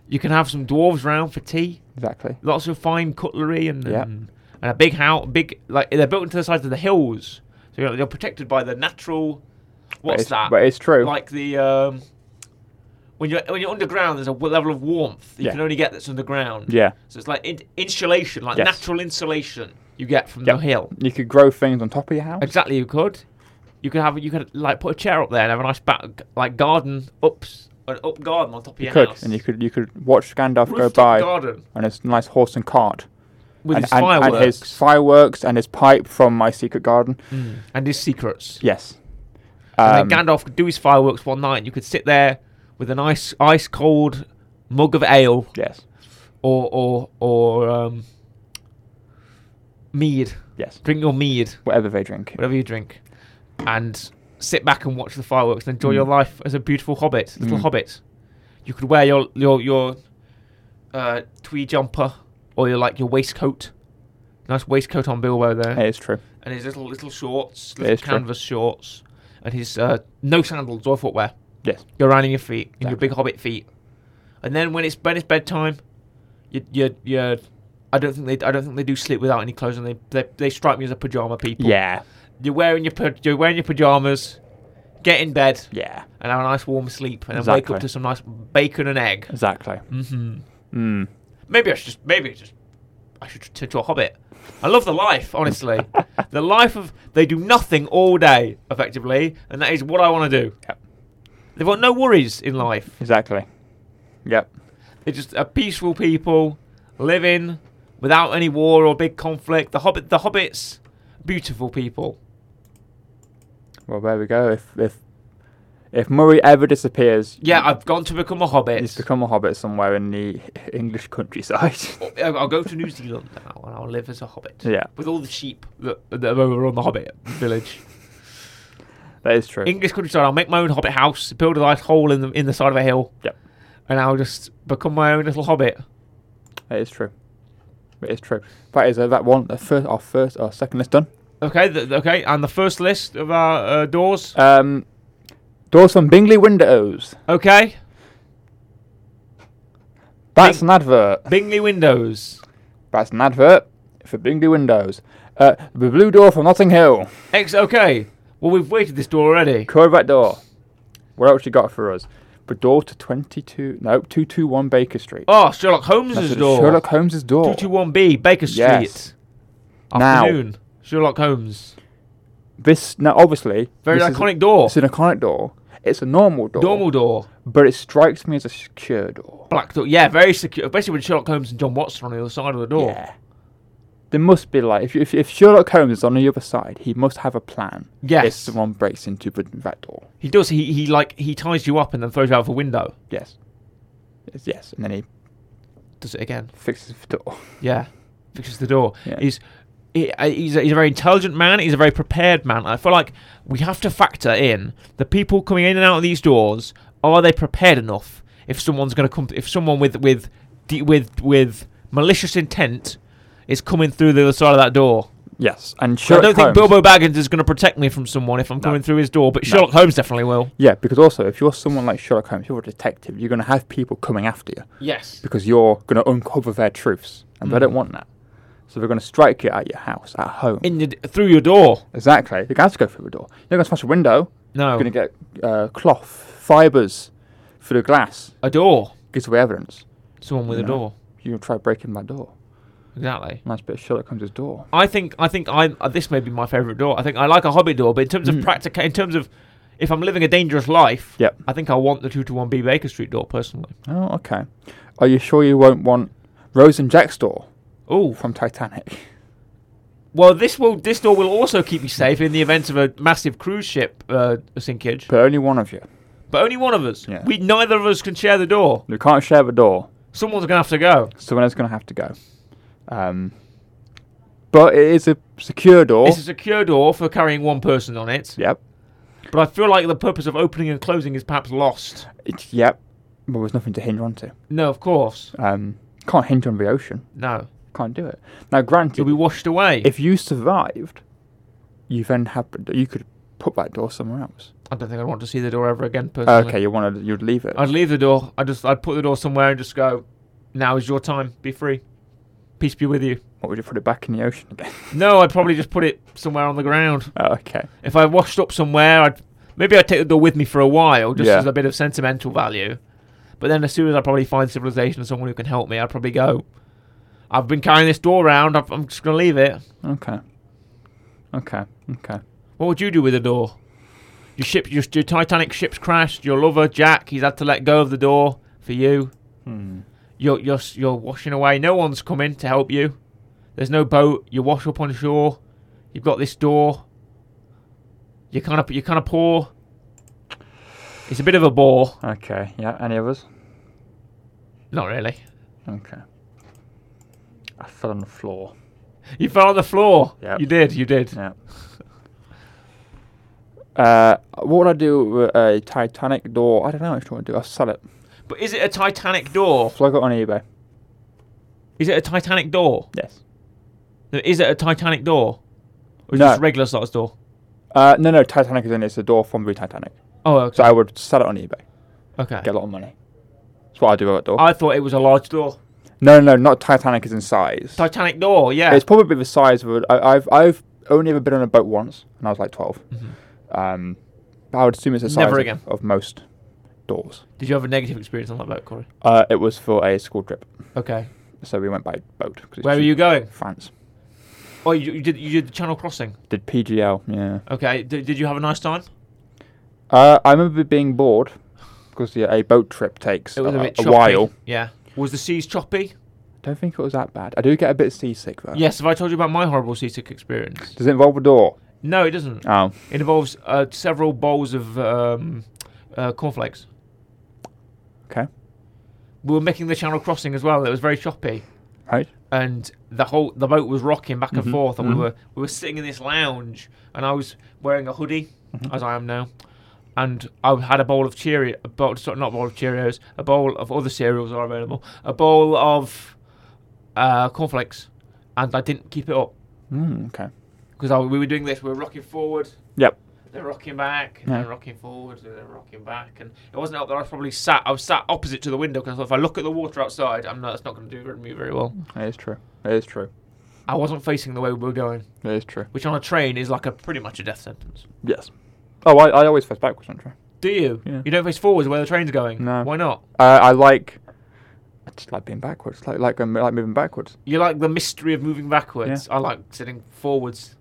S2: You can have some dwarves round for tea.
S1: Exactly.
S2: lots of fine cutlery and
S1: Yeah.
S2: and, and a big house, big like they're built into the sides of the hills, so you're, you're protected by the natural. What's
S1: it's-
S2: that?
S1: but it's true.
S2: Like the um, when you're when you're underground, there's a w- level of warmth you
S1: Yeah.
S2: can only get that's underground.
S1: Yeah.
S2: So it's like in- insulation, like
S1: Yes.
S2: natural insulation you get from
S1: Yep.
S2: the hill.
S1: You could grow things on top of your house.
S2: Exactly, you could. You could have you could like put a chair up there and have a nice back like garden ups an up garden on top of
S1: You
S2: your
S1: could,
S2: house.
S1: and you could you could watch Gandalf go
S2: Rooftop
S1: by
S2: garden.
S1: on his nice horse and cart.
S2: With
S1: and,
S2: his
S1: and, and his fireworks and his pipe from my secret garden.
S2: Mm. and his secrets.
S1: Yes.
S2: and
S1: Um,
S2: then Gandalf could do his fireworks one night, and you could sit there with an ice ice cold mug of ale
S1: yes.
S2: or or or um, mead.
S1: Yes.
S2: Drink your mead,
S1: Whatever they drink.
S2: whatever you drink, and sit back and watch the fireworks and enjoy
S1: Mm.
S2: your life as a beautiful hobbit, little
S1: Mm.
S2: hobbit. You could wear your your your uh, tweed jumper or your like your waistcoat, nice waistcoat on Bilbo there
S1: It is true.
S2: and his little little shorts,
S1: That
S2: little
S1: is true.
S2: canvas shorts, and his uh, no sandals or footwear.
S1: Yes.
S2: Go around in your feet, in your
S1: Exactly.
S2: big hobbit feet, and then when it's when it's bedtime, you you you. I don't think they I don't think they do sleep without any clothes, and they they, they strike me as a pajama people.
S1: Yeah.
S2: You're wearing your pa- you're wearing your pajamas, get in bed
S1: Yeah.
S2: and have a nice warm sleep, and then wake
S1: Exactly.
S2: up to some nice bacon and egg.
S1: Exactly.
S2: hmm
S1: Mm.
S2: Maybe I should just maybe I just I should turn to a hobbit. I love the life, honestly. the life of they do nothing all day, effectively, and that is what I want to do.
S1: Yep.
S2: They've got no worries in life.
S1: Exactly. Yep.
S2: They're just a peaceful people living without any war or big conflict. The hobbit, the hobbits, beautiful people.
S1: Well, there we go. If if if Murray ever disappears,
S2: Yeah, I've gone to become a hobbit.
S1: he's become a hobbit somewhere in the English countryside.
S2: I'll I'll go to New Zealand now and I'll live as a hobbit
S1: yeah,
S2: with all the sheep that, that are over on the hobbit village.
S1: that is true.
S2: English countryside. I'll make my own hobbit house, build a nice hole in the in the side of a hill.
S1: Yep.
S2: And I'll just become my own little hobbit.
S1: That is true. It is true. That is uh, that one. The first, our first, our second list done.
S2: Okay, th- okay. And the first list of our uh, doors.
S1: Um, doors from Bingley Windows.
S2: Okay,
S1: That's
S2: Bing-
S1: an advert.
S2: Bingley Windows,
S1: That's an advert for Bingley Windows. Uh, the blue door from Notting Hill.
S2: X. Okay. Well, we've waited this door already.
S1: Code that door. What else you got for us? The door to twenty-two. No, two two one Baker Street.
S2: Oh, Sherlock Holmes's
S1: That's it,
S2: door.
S1: Sherlock Holmes's door.
S2: Two two one B Baker Street.
S1: Yes. Now.
S2: Afternoon. Sherlock Holmes.
S1: This now obviously
S2: Very
S1: this is a-
S2: iconic door.
S1: It's an iconic door. It's a normal door.
S2: Normal door.
S1: But it strikes me as a secure door.
S2: Black door. Yeah, very secure. Basically, with Sherlock Holmes and John Watson on the other side of the door.
S1: Yeah. There must be like if, if if Sherlock Holmes is on the other side, he must have a plan. If
S2: Yes.
S1: someone breaks into the, that door.
S2: He does. He he like he ties you up and then throws you out of a window.
S1: Yes. It's- yes, and then he
S2: Does it again?
S1: fixes the door.
S2: Yeah, fixes the door.
S1: Yeah.
S2: He's he, uh, he's a, he's a very intelligent man. He's a very prepared man. I feel like we have to factor in the people coming in and out of these doors. Are they prepared enough? If someone's going to come, if someone with with de- with with malicious intent is coming through the other side of that door.
S1: Yes, and
S2: 'Cause I
S1: Sherlock
S2: don't
S1: Holmes,
S2: think Bilbo Baggins is going to protect me from someone if I'm coming through his door, but
S1: No.
S2: Sherlock Holmes definitely will.
S1: Yeah, because also if you're someone like Sherlock Holmes, you're a detective. You're going to have people coming after you
S2: Yes.
S1: because you're going to uncover their truths, and they
S2: Mm.
S1: don't want that. So they're going to strike you at your house, at home.
S2: In your, through your door.
S1: Exactly. You're going to have to go through the door. You're going to smash a window.
S2: No.
S1: You're going to get uh, cloth, fibres for the glass.
S2: a door.
S1: Gives away evidence.
S2: Someone with a
S1: No.
S2: door.
S1: You're going to try breaking my door.
S2: Exactly.
S1: Nice bit of Sherlock Holmes' door.
S2: I think I think I uh, this may be my favorite door. I think I like a hobby door, but in terms of
S1: Mm.
S2: practica in terms of if I'm living a dangerous life,
S1: Yep.
S2: I think I want the two to one B Baker Street door personally.
S1: Oh, okay. Are you sure you won't want Rose and Jack's door
S2: Oh
S1: from Titanic?
S2: well, this will this door will also keep you safe in the event of a massive cruise ship uh, sinkage.
S1: But only one of you.
S2: But only one of us.
S1: Yeah.
S2: We neither of us can share the door.
S1: You can't share the door.
S2: Someone's gonna have to go.
S1: Someone else is going to have to go. Um, but it is a secure door.
S2: It's a secure door for carrying one person on it.
S1: yep.
S2: But I feel like the purpose of opening and closing is perhaps lost.
S1: It, yep. Well, there's nothing to hinge onto.
S2: No, of course,
S1: Um, can't hinge on the ocean.
S2: no.
S1: Can't do it. Now, granted,
S2: You'll be washed away.
S1: if you survived, you then have you could put that door somewhere else.
S2: I don't think I'd want to see the door ever again personally.
S1: Okay, you wanted you'd leave it.
S2: I'd leave the door. I just I'd put the door somewhere and just go. Now is your time. Be free. Peace be with you.
S1: What would you put it back in the ocean again?
S2: No, I'd probably just put it somewhere on the ground.
S1: oh, okay.
S2: If I washed up somewhere, I'd maybe I'd take the door with me for a while, just
S1: Yeah.
S2: as a bit of sentimental value. But then, as soon as I probably find civilization and someone who can help me, I'd probably go. I've been carrying this door around. I've- I'm just gonna leave it.
S1: Okay. Okay. Okay.
S2: What would you do with the door? Your ship, your, your Titanic ship's crashed. Your lover Jack, he's had to let go of the door for you.
S1: Hmm.
S2: you're you're s- you're washing away. No one's coming to help you. There's no boat. You wash up on shore. You've got this door. You kind of you kind of poor. It's a bit of a bore.
S1: Okay. Yeah. Any others?
S2: Not really.
S1: Okay. I fell on the floor.
S2: You fell on the floor.
S1: Yep.
S2: You did. You did.
S1: Yeah. Uh, what would I do with a Titanic door? I don't know what I would do. I'll sell it.
S2: But is it a Titanic door?
S1: Flog it on eBay.
S2: Is it a Titanic door?
S1: Yes.
S2: No, Is it a Titanic door? Or is it
S1: No.
S2: just a regular size door?
S1: Uh, no, no. Titanic is in it. It's a door from the Titanic.
S2: Oh, okay.
S1: So I would sell it on eBay.
S2: okay.
S1: Get a lot of money. That's what I do with that door.
S2: I thought it was a large door.
S1: no, no, no. Not Titanic is in size.
S2: Titanic door, yeah.
S1: It's probably the size of. A, I, I've I've only ever been on a boat once, and I was like 12
S2: Mm-hmm.
S1: Um, but I would assume it's the size
S2: Never
S1: of-
S2: again.
S1: Of, most doors.
S2: Did you have a negative experience on that boat, Corey?
S1: Uh, it was for a school trip,
S2: Okay.
S1: so we went by boat. 'cause it's
S2: Where were you
S1: cheap.
S2: going?
S1: France.
S2: Oh, you, you did you did the Channel Crossing.
S1: Did PGL? Yeah.
S2: Okay. Did, did you have a nice time?
S1: Uh, I remember being bored because yeah, a boat trip takes
S2: It was
S1: a,
S2: a bit
S1: Uh, a
S2: choppy.
S1: while.
S2: Yeah. Was the seas choppy?
S1: Don't think it was that bad. I do get a bit seasick though.
S2: Yes. Have I told you about my horrible seasick experience?
S1: Does it involve a door?
S2: No, it doesn't.
S1: Oh,
S2: It involves uh, several bowls of um, uh, cornflakes.
S1: okay.
S2: We were making the Channel Crossing as well. and It was very choppy.
S1: Right.
S2: and the whole the boat was rocking back and
S1: Mhm,
S2: forth, and
S1: mhm.
S2: we were we were sitting in this lounge, and I was wearing a hoodie,
S1: Mm-hmm.
S2: as I am now, and I had a bowl of Cheerio, a bowl sorry, not a bowl of Cheerios, a bowl of other cereals are available, a bowl of uh, cornflakes, and I didn't keep it up
S1: Mm, okay.
S2: because we were doing this. We were rocking forward.
S1: Yep.
S2: They're rocking back, and
S1: Yeah.
S2: then rocking forward, and then rocking back, and it wasn't help that I was probably sat. I was sat opposite to the window because if I look at the water outside, I'm not. That's not going to do me very well.
S1: It is true. It is true.
S2: I wasn't facing the way we were going.
S1: It is true.
S2: which on a train is like a pretty much a death sentence.
S1: Yes. Oh, I, I always face backwards, don't I?
S2: Do you?
S1: Yeah.
S2: You don't face forwards where the train's going.
S1: No.
S2: Why not?
S1: Uh, I like. I just like being backwards. Like like going, like moving backwards.
S2: You like the mystery of moving backwards. I like sitting forwards.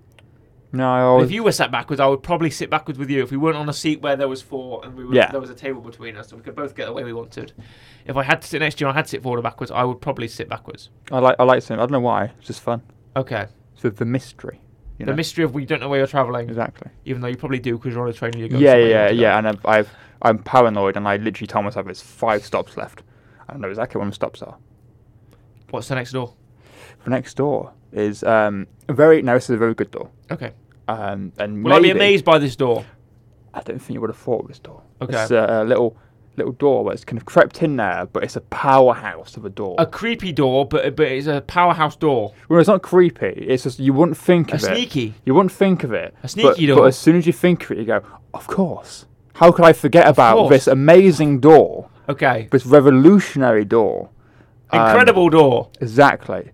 S1: No, I
S2: But
S1: always.
S2: if you were sat backwards, I would probably sit backwards with you. If we weren't on a seat where there was four and we were,
S1: Yeah.
S2: there was a table between us, and we could both get the way we wanted. If I had to sit next to you, and I had to sit forward or backwards. I would probably sit backwards.
S1: I like I like swimming. I don't know why. It's just fun.
S2: Okay.
S1: It's the, the mystery. You
S2: The
S1: know?
S2: mystery of we don't know where you're traveling,
S1: Exactly.
S2: even though you probably do because you're on a train and you go.
S1: Yeah,
S2: somewhere you
S1: yeah,
S2: want to go.
S1: yeah. And I've, I've I'm paranoid, and I literally tell myself it's five stops left. I know exactly when the stops are.
S2: What's the next door?
S1: The next door is um a very. No, this is a very good door.
S2: Okay.
S1: Um, and
S2: Will I be
S1: maybe
S2: amazed by this door?
S1: I don't think you would have thought of this door.
S2: Okay.
S1: It's a, a little little door where it's kind of crept in there, but it's a powerhouse of a door.
S2: A creepy door, but but it's a powerhouse door.
S1: Well, it's not creepy. It's just you wouldn't think
S2: A
S1: of it.
S2: sneaky.
S1: You wouldn't think of it.
S2: A sneaky
S1: but,
S2: door.
S1: But as soon as you think of it, you go, of course. How could I forget about
S2: course.
S1: this amazing door,
S2: Okay.
S1: this revolutionary door? Um,
S2: Incredible door.
S1: exactly.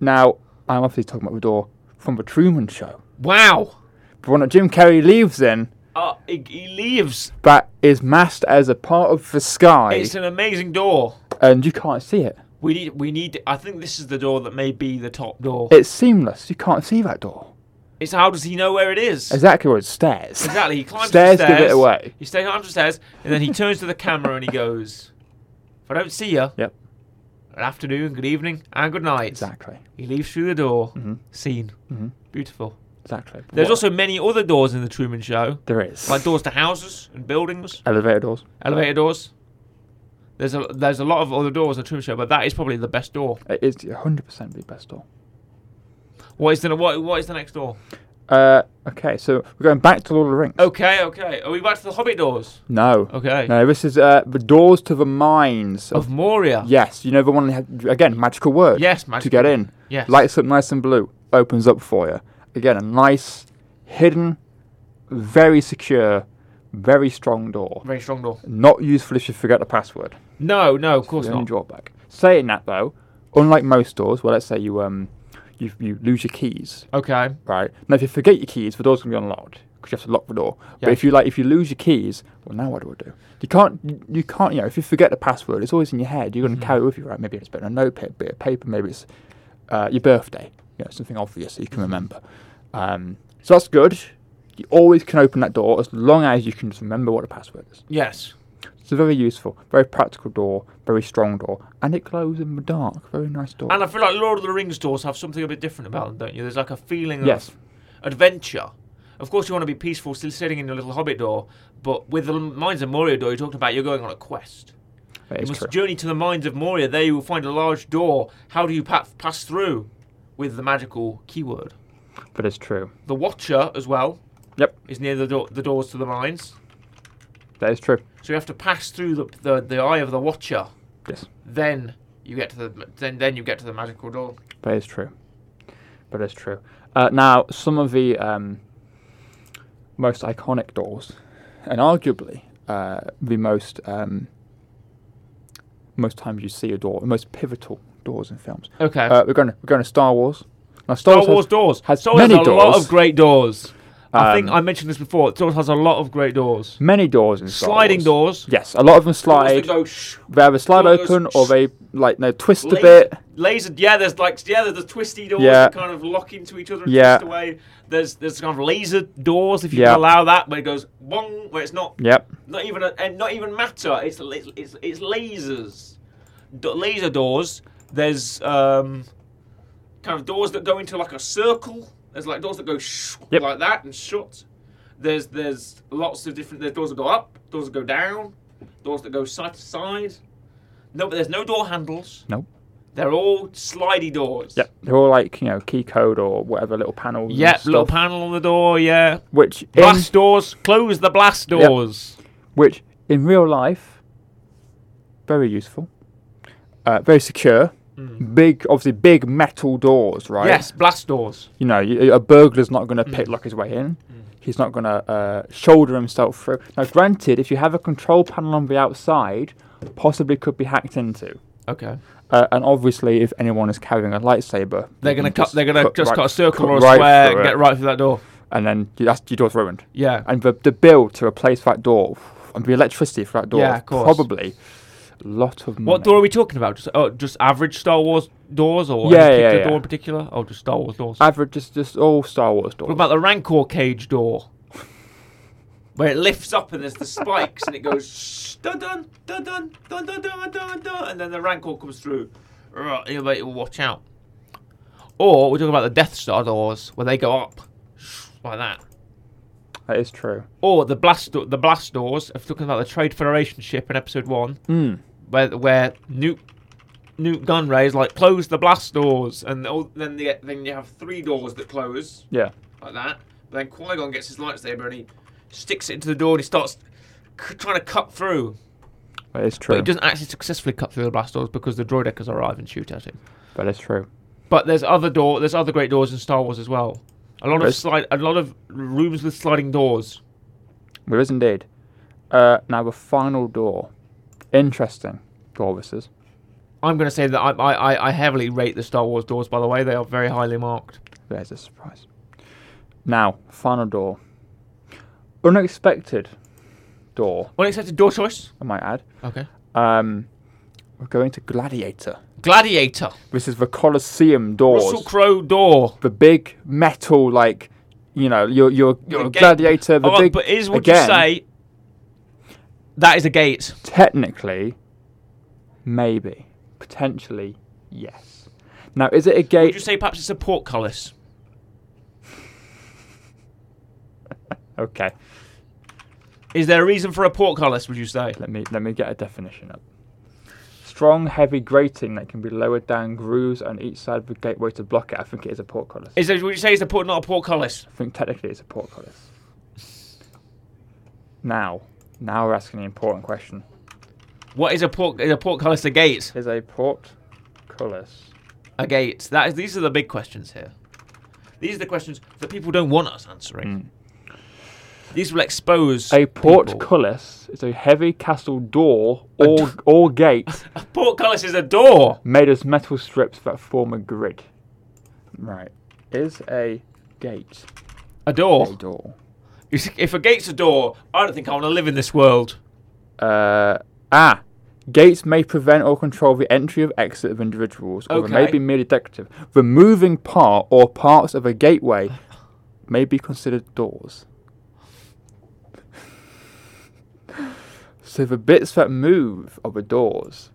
S1: Now, I'm obviously talking about the door from the Truman Show,
S2: Wow.
S1: the one that Jim Carrey leaves in,
S2: Uh, he, he leaves.
S1: that is masked as a part of the sky,
S2: It's an amazing door.
S1: and you can't see it.
S2: We need. We need. I think this is the door that may be the top door.
S1: It's seamless. You can't see that door.
S2: It's how does he know where it is?
S1: Exactly where it stairs.
S2: Exactly. He climbs
S1: stairs
S2: the
S1: give
S2: stairs.
S1: it away.
S2: He stays climbs the stairs, and then he turns to the camera and he goes, "If I don't see you,
S1: Yep.
S2: good afternoon, good evening, and good night."
S1: Exactly. Mm-hmm.
S2: He leaves through the door. Scene. Beautiful.
S1: Exactly. But
S2: There's
S1: Hmm. what-
S2: also many other doors in the Truman Show,
S1: there is
S2: like doors to houses and buildings.
S1: elevator doors.
S2: elevator doors. There's a there's a lot of other doors in the Truman Show, but that is probably the best door.
S1: It is 100% the best door.
S2: What is the what what is the next door?
S1: Uh, okay, so we're going back to Lord of the Rings.
S2: Okay, okay. Are we back to the Hobbit doors?
S1: No.
S2: Oh. Okay.
S1: No, this is uh, the doors to the mines of.
S2: Of Moria.
S1: Yes, you know the one, that had- again, magical word.
S2: Yes,
S1: To
S2: magical
S1: get
S2: word.
S1: in.
S2: Yes.
S1: Lights up nice and blue, opens up for you. Again, a nice, hidden, very secure, very strong door.
S2: Very strong door.
S1: Not useful if you forget the password.
S2: No, no, of course
S1: The only
S2: not.
S1: drawback. Saying that though, unlike most doors, well, let's say you um, you, you lose your keys,
S2: Okay.
S1: right? Now, if you forget your keys, the door's gonna be unlocked because you have to lock the door.
S2: Yeah.
S1: But if you like, if you lose your keys, well, now what do I do? You can't, you- you can't, you know, if you forget the password, it's always in your head. You're gonna
S2: Mm-hmm.
S1: carry it with you, right? Maybe it's been a notepad, bit of paper, maybe it's uh, your birthday, you know, something obvious that you can
S2: Mm-hmm.
S1: remember. Um, so that's good. You always can open that door as long as you can just remember what the password is.
S2: Yes.
S1: It's a very useful, very practical door, very strong door, and it closes in the dark. Very nice door.
S2: And I feel like Lord of the Rings doors have something a bit different about them, don't you? There's like a feeling
S1: yes,
S2: of adventure. Of course, you want to be peaceful, still sitting in your little hobbit door, but with the Mines of Moria door you're talking about, you're going on a quest.
S1: that
S2: You
S1: is
S2: must
S1: true.
S2: journey to the mines of Moria. There you will find a large door. How do you pa- pass through? With the magical keyword.
S1: That is true.
S2: The Watcher, as well,
S1: Yep,
S2: is near the, door the doors to the mines.
S1: that is true.
S2: So you have to pass through the, the, the eye of the Watcher.
S1: Yes,
S2: Then you get to the then then you get to the magical door.
S1: that is true. That is true. Uh, now, some of the um, most iconic doors, and arguably uh, the most um, most times you see a door, the most pivotal doors in films.
S2: Okay.
S1: Uh, we're going to we're going to Star Wars. Now, Star,
S2: Oh, Star
S1: has-
S2: Wars doors.
S1: has
S2: Star Wars
S1: many
S2: has a lot
S1: doors.
S2: of great doors. I think
S1: Um,
S2: I mentioned this before. Star Wars has a lot of great doors.
S1: many doors in Star
S2: Sliding
S1: Wars.
S2: doors.
S1: Yes, a lot of them
S2: Doors that
S1: slide.
S2: go sh-
S1: They either slide
S2: doors that
S1: open
S2: go
S1: or
S2: sh-
S1: they like no twist a
S2: laser,
S1: bit.
S2: Laser. Yeah, there's like yeah, there's the twisty doors
S1: Yeah.
S2: that kind of lock into each other and
S1: Yeah.
S2: twist away. There's there's kind of laser doors if you
S1: Yeah.
S2: can allow that, where it goes wong, where it's not
S1: Yep.
S2: not even a, and not even matter. It's it's it's, it's lasers, D- laser doors. There's um, kind of doors that go into like a circle. There's like doors that go sh-
S1: Yep.
S2: like that and shut. There's there's lots of different. There's doors that go up, doors that go down, doors that go side to side. No, but there's no door handles.
S1: Nope.
S2: They're all slidey doors.
S1: Yep. They're all like you know key code or whatever little panels. and
S2: Yep. Little
S1: stuff,
S2: panel on the door. Yeah.
S1: Which in
S2: Blast doors. Close the blast doors.
S1: which in real life, very useful, uh, very secure. Big, obviously, big metal doors, right?
S2: Mm. Yes. Mm. Blast doors.
S1: You know, y- a burglar's not going to picklock his way in. He's not going to uh, shoulder himself through. Now, granted, if you have a control panel on the outside, possibly could be hacked into.
S2: Okay.
S1: Uh, and obviously, if anyone is carrying a lightsaber,
S2: They're gonna cut. They're gonna just cut a circle or a
S1: right
S2: square
S1: through
S2: and get
S1: it,
S2: right through that door.
S1: and then you- that's, your door's ruined.
S2: Yeah.
S1: And the, the bill to replace that door and the electricity for that door,
S2: Yeah, of course.
S1: probably a lot of money.
S2: what door are we talking about? Just oh, just average Star Wars doors or
S1: Yeah,
S2: any
S1: yeah,
S2: particular
S1: yeah.
S2: door in particular? Oh, just Star Wars doors.
S1: Average, just just all Star Wars doors.
S2: what about the Rancor cage door? Where it lifts up and there's the spikes and it goes shh, dun dun dun dun dun dun dun dun dun and then the Rancor comes through. Right, you better watch out. Or we're talking about the Death Star doors where they go up shh, like that.
S1: that is true.
S2: Or the blast do- the blast doors. If talking about the Trade Federation ship in Episode One,
S1: Mm.
S2: where where Newt Newt Gunray like close the blast doors, and all, then the, then you have three doors that close
S1: Yeah.
S2: like that. But then Qui Gon gets his lightsaber and he sticks it into the door and he starts c- trying to cut through,
S1: That is
S2: but
S1: true.
S2: he doesn't actually successfully cut through the blast doors because the droidekers arrive and shoot at him.
S1: that is true.
S2: But there's other door, there's other great doors in Star Wars as well. A lot of
S1: There's-
S2: slide, a lot of rooms with sliding doors.
S1: There is indeed. Uh, now the final door. Interesting door this is.
S2: I'm going to say that I, I, I- I heavily rate the Star Wars doors. By the way, they are very highly marked.
S1: There's a surprise. Now, final door. Unexpected door,
S2: Unexpected door choice.
S1: I might add.
S2: Okay.
S1: Um, we're going to Gladiator.
S2: Gladiator.
S1: This is the Colosseum doors.
S2: Russell Crowe door.
S1: the big metal, like, you know, your your, your
S2: gate.
S1: gladiator. The
S2: Oh,
S1: big,
S2: but is would
S1: again,
S2: you say that is a gate?
S1: Technically, maybe, potentially, yes. Now, is it a gate?
S2: Would you say perhaps it's a portcullis?
S1: okay,
S2: Is there a reason for a portcullis? Would you say?
S1: let me let me get a definition up. Strong, heavy grating that can be lowered down grooves on each side of the gateway to block it. I think it is a portcullis.
S2: Is there, would you say it's a port not a portcullis?
S1: I think technically it's a portcullis. Now, now we're asking the important question.
S2: What is a port? Is a portcullis a gate?
S1: Is a portcullis
S2: A gate. That is. These are the big questions here. These are the questions that people don't want us answering. These will expose
S1: A
S2: people.
S1: portcullis is a heavy castle door or, or gate
S2: A portcullis is a door.
S1: made of metal strips that form a grid. Right. Is a gate
S2: A
S1: a
S2: door.
S1: door?
S2: You see, If a gate's a door, I don't think I want to live in this world.
S1: Uh, ah. Gates may prevent or control the entry or exit of individuals, or they may
S2: Okay.
S1: be merely decorative. The moving part or parts of a gateway may be considered doors. So the bits that move are the doors.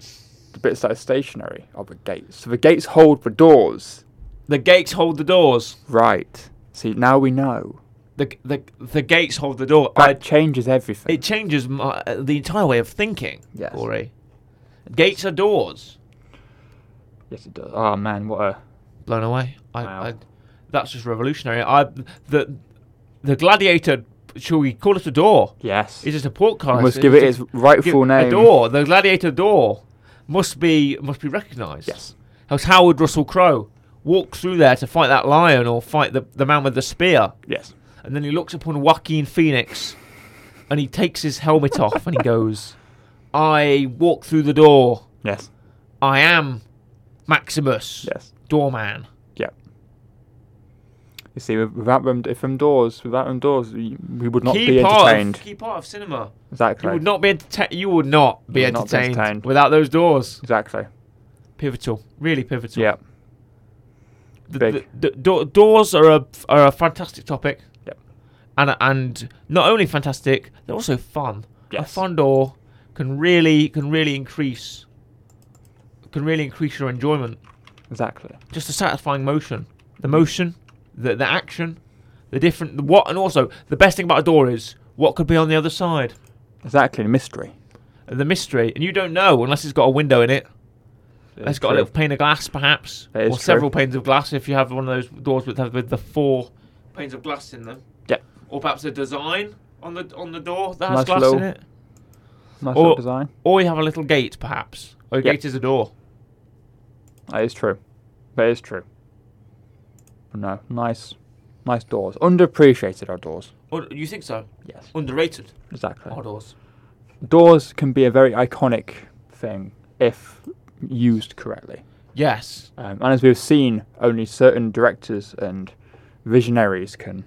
S1: The bits that are stationary are the gates. So the gates hold the doors.
S2: The gates hold the doors.
S1: Right. See, now we know.
S2: The the the gates hold the door.
S1: That
S2: I,
S1: changes everything.
S2: it changes my, the entire way of thinking.
S1: Yes.
S2: Corey. Gates are doors.
S1: yes, it does. Oh, man, what a.
S2: Blown away. I,
S1: Wow.
S2: I that's just revolutionary. I the the gladiator. Shall we call it a door?
S1: Yes.
S2: It's just a portcullis.
S1: You must
S2: It's
S1: give it
S2: just
S1: its rightful
S2: give-
S1: name.
S2: A door. The gladiator door must be must be recognised.
S1: Yes.
S2: Else how would Russell Crowe walk through there to fight that lion or fight the, the man with the spear?
S1: Yes.
S2: And then he looks upon Joaquin Phoenix and he takes his helmet off and he goes, I walk through the door.
S1: Yes.
S2: I am Maximus,
S1: Yes.
S2: doorman.
S1: Yeah. You see, with- without them, if them doors, without them doors, we, we would not be entertained.
S2: Part of, key part of cinema.
S1: exactly.
S2: You would not be entertained. You would not be
S1: would not be
S2: entertained,
S1: entertained.
S2: without those doors.
S1: Exactly.
S2: Pivotal, really pivotal.
S1: Yeah.
S2: the,
S1: Big.
S2: the- the do- doors are a are a fantastic topic.
S1: Yep.
S2: And and not only fantastic, they're also fun. A
S1: Yes.
S2: fun door can really can really increase can really increase your enjoyment.
S1: Exactly.
S2: Just the satisfying motion, the motion, the the action, the different the what, and also the best thing about a door is what could be on the other side,
S1: Exactly. Mystery.
S2: the mystery, and you don't know unless it's got a window in it. It's got a little pane of glass, perhaps,
S1: That
S2: or
S1: is true.
S2: several panes of glass if you have one of those doors with have with the four panes of glass in them.
S1: Yep.
S2: Or perhaps a design on the on the door that has
S1: Nice
S2: glass in
S1: little-
S2: it.
S1: nice
S2: or-
S1: little design.
S2: Or you have a little gate, perhaps. Or a
S1: Yep.
S2: gate is a door.
S1: That is true. That is true. No, nice, nice doors. Underappreciated are doors.
S2: Or you think so?
S1: Yes,
S2: Underrated
S1: exactly.
S2: are doors.
S1: Doors can be a very iconic thing if used correctly.
S2: Yes.
S1: Um, and as we've seen, only certain directors and visionaries can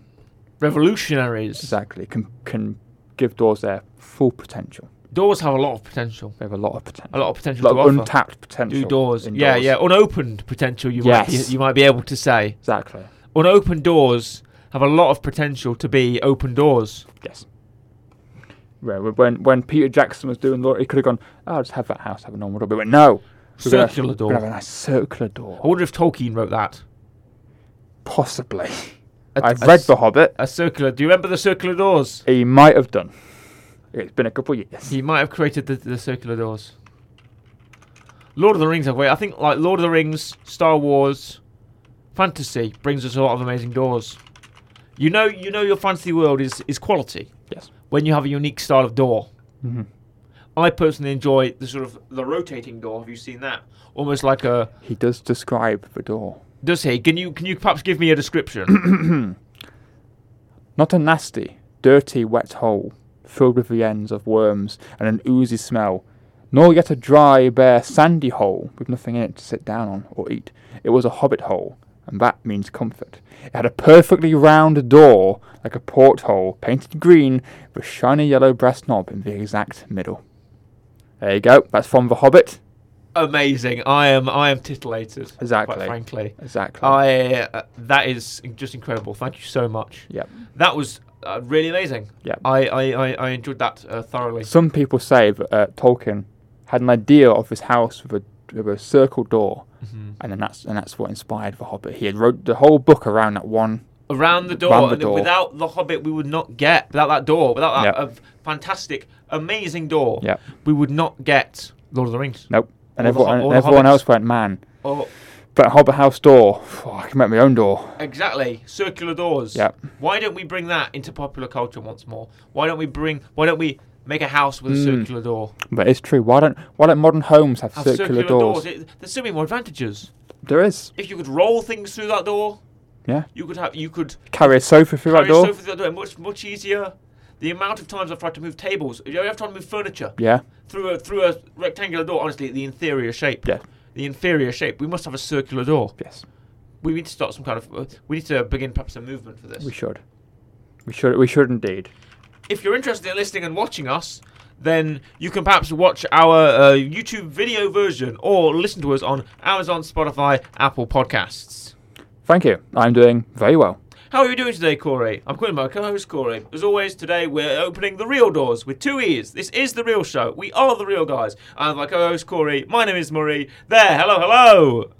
S2: Revolutionaries.
S1: exactly can can give doors their full potential.
S2: Doors have a lot of potential.
S1: They have a lot of potential,
S2: A lot of
S1: a
S2: potential
S1: lot
S2: to
S1: of
S2: offer.
S1: untapped potential.
S2: Do doors.
S1: in
S2: Yeah, yeah. Unopened potential you might
S1: Yes.
S2: be, you might be able to say.
S1: exactly.
S2: Unopened doors have a lot of potential to be open doors.
S1: Yes. Well, w- When when Peter Jackson was doing Lord, he could have gone, oh, just have that house, have a normal door. But he went, no. we're gonna-
S2: Circular
S1: we're
S2: door.
S1: gonna have a nice circular
S2: I
S1: door.
S2: wonder if Tolkien wrote that.
S1: Possibly.
S2: A-
S1: I've
S2: a
S1: read
S2: s-
S1: The Hobbit.
S2: a circular. Do you remember the circular doors?
S1: He might have done. It's been a couple of years.
S2: He might have created the, the circular doors. Lord of the Rings, have way. I think like Lord of the Rings, Star Wars, fantasy brings us a lot of amazing doors. You know, you know, your fantasy world is is quality
S1: Yes.
S2: when you have a unique style of door.
S1: Mhm.
S2: I personally enjoy the sort of the rotating door. Have you seen that? Almost like a
S1: He does describe the door.
S2: does he? Can you can you perhaps give me a description?
S1: Not a nasty, dirty, wet hole filled with the ends of worms and an oozy smell, nor yet a dry, bare, sandy hole with nothing in it to sit down on or eat. It was a hobbit hole, and that means comfort. It had a perfectly round door, like a porthole, painted green, with a shiny yellow brass knob in the exact middle. There you go. That's from The Hobbit.
S2: Amazing. I am I am titillated. Quite
S1: Exactly.
S2: frankly.
S1: Exactly.
S2: I uh, that is just incredible. Thank you so much.
S1: yep.
S2: That was uh, really amazing.
S1: Yep.
S2: I I, I, I enjoyed that uh, thoroughly.
S1: Some people say that uh, Tolkien had an idea of his house with a, with a circle door, and then that's and that's what inspired the Hobbit. He had wrote the whole book around that one.
S2: Around the door,
S1: Around the
S2: and then
S1: door.
S2: without the Hobbit, we would not get without that door, without that
S1: Yep.
S2: uh, fantastic, amazing door.
S1: Yep.
S2: We would not get Lord of the Rings.
S1: Nope. And
S2: All the
S1: everyone,
S2: Hob- all the
S1: everyone
S2: Hobbits.
S1: else went, man,
S2: Oh,
S1: but Hobbit house door. phew, I can make my own door.
S2: exactly. Circular doors.
S1: Yep.
S2: Why don't we bring that into popular culture once more? Why don't we bring? Why don't we make a house with a
S1: Hmm.
S2: circular door?
S1: But it's true. Why don't why don't modern homes have,
S2: Have
S1: circular, doors?
S2: It, there's so many more advantages.
S1: There is.
S2: If you could roll things through that door,
S1: Yeah.
S2: you could have. You could
S1: Carry a sofa through that
S2: carry
S1: door.
S2: sofa through that door. Much much easier. The amount of times I've tried to move tables, you know, I've tried to move furniture
S1: Yeah.
S2: through a through a rectangular door. Honestly, the inferior shape.
S1: Yeah.
S2: The inferior shape. We must have a circular door.
S1: Yes.
S2: We need to start some kind of. uh, We need to begin perhaps a movement for this.
S1: We should. We should. We should indeed.
S2: If you're interested in listening and watching us, then you can perhaps watch our uh, YouTube video version or listen to us on Amazon, Spotify, Apple Podcasts.
S1: Thank you. I'm doing very well.
S2: How are you doing today, Corey? I'm calling my co-host Corey. As always, today we're opening the real doors with two e's. This is the real show. We are the real guys. I'm my co-host Corey. My name is Murray. There. Hello, hello.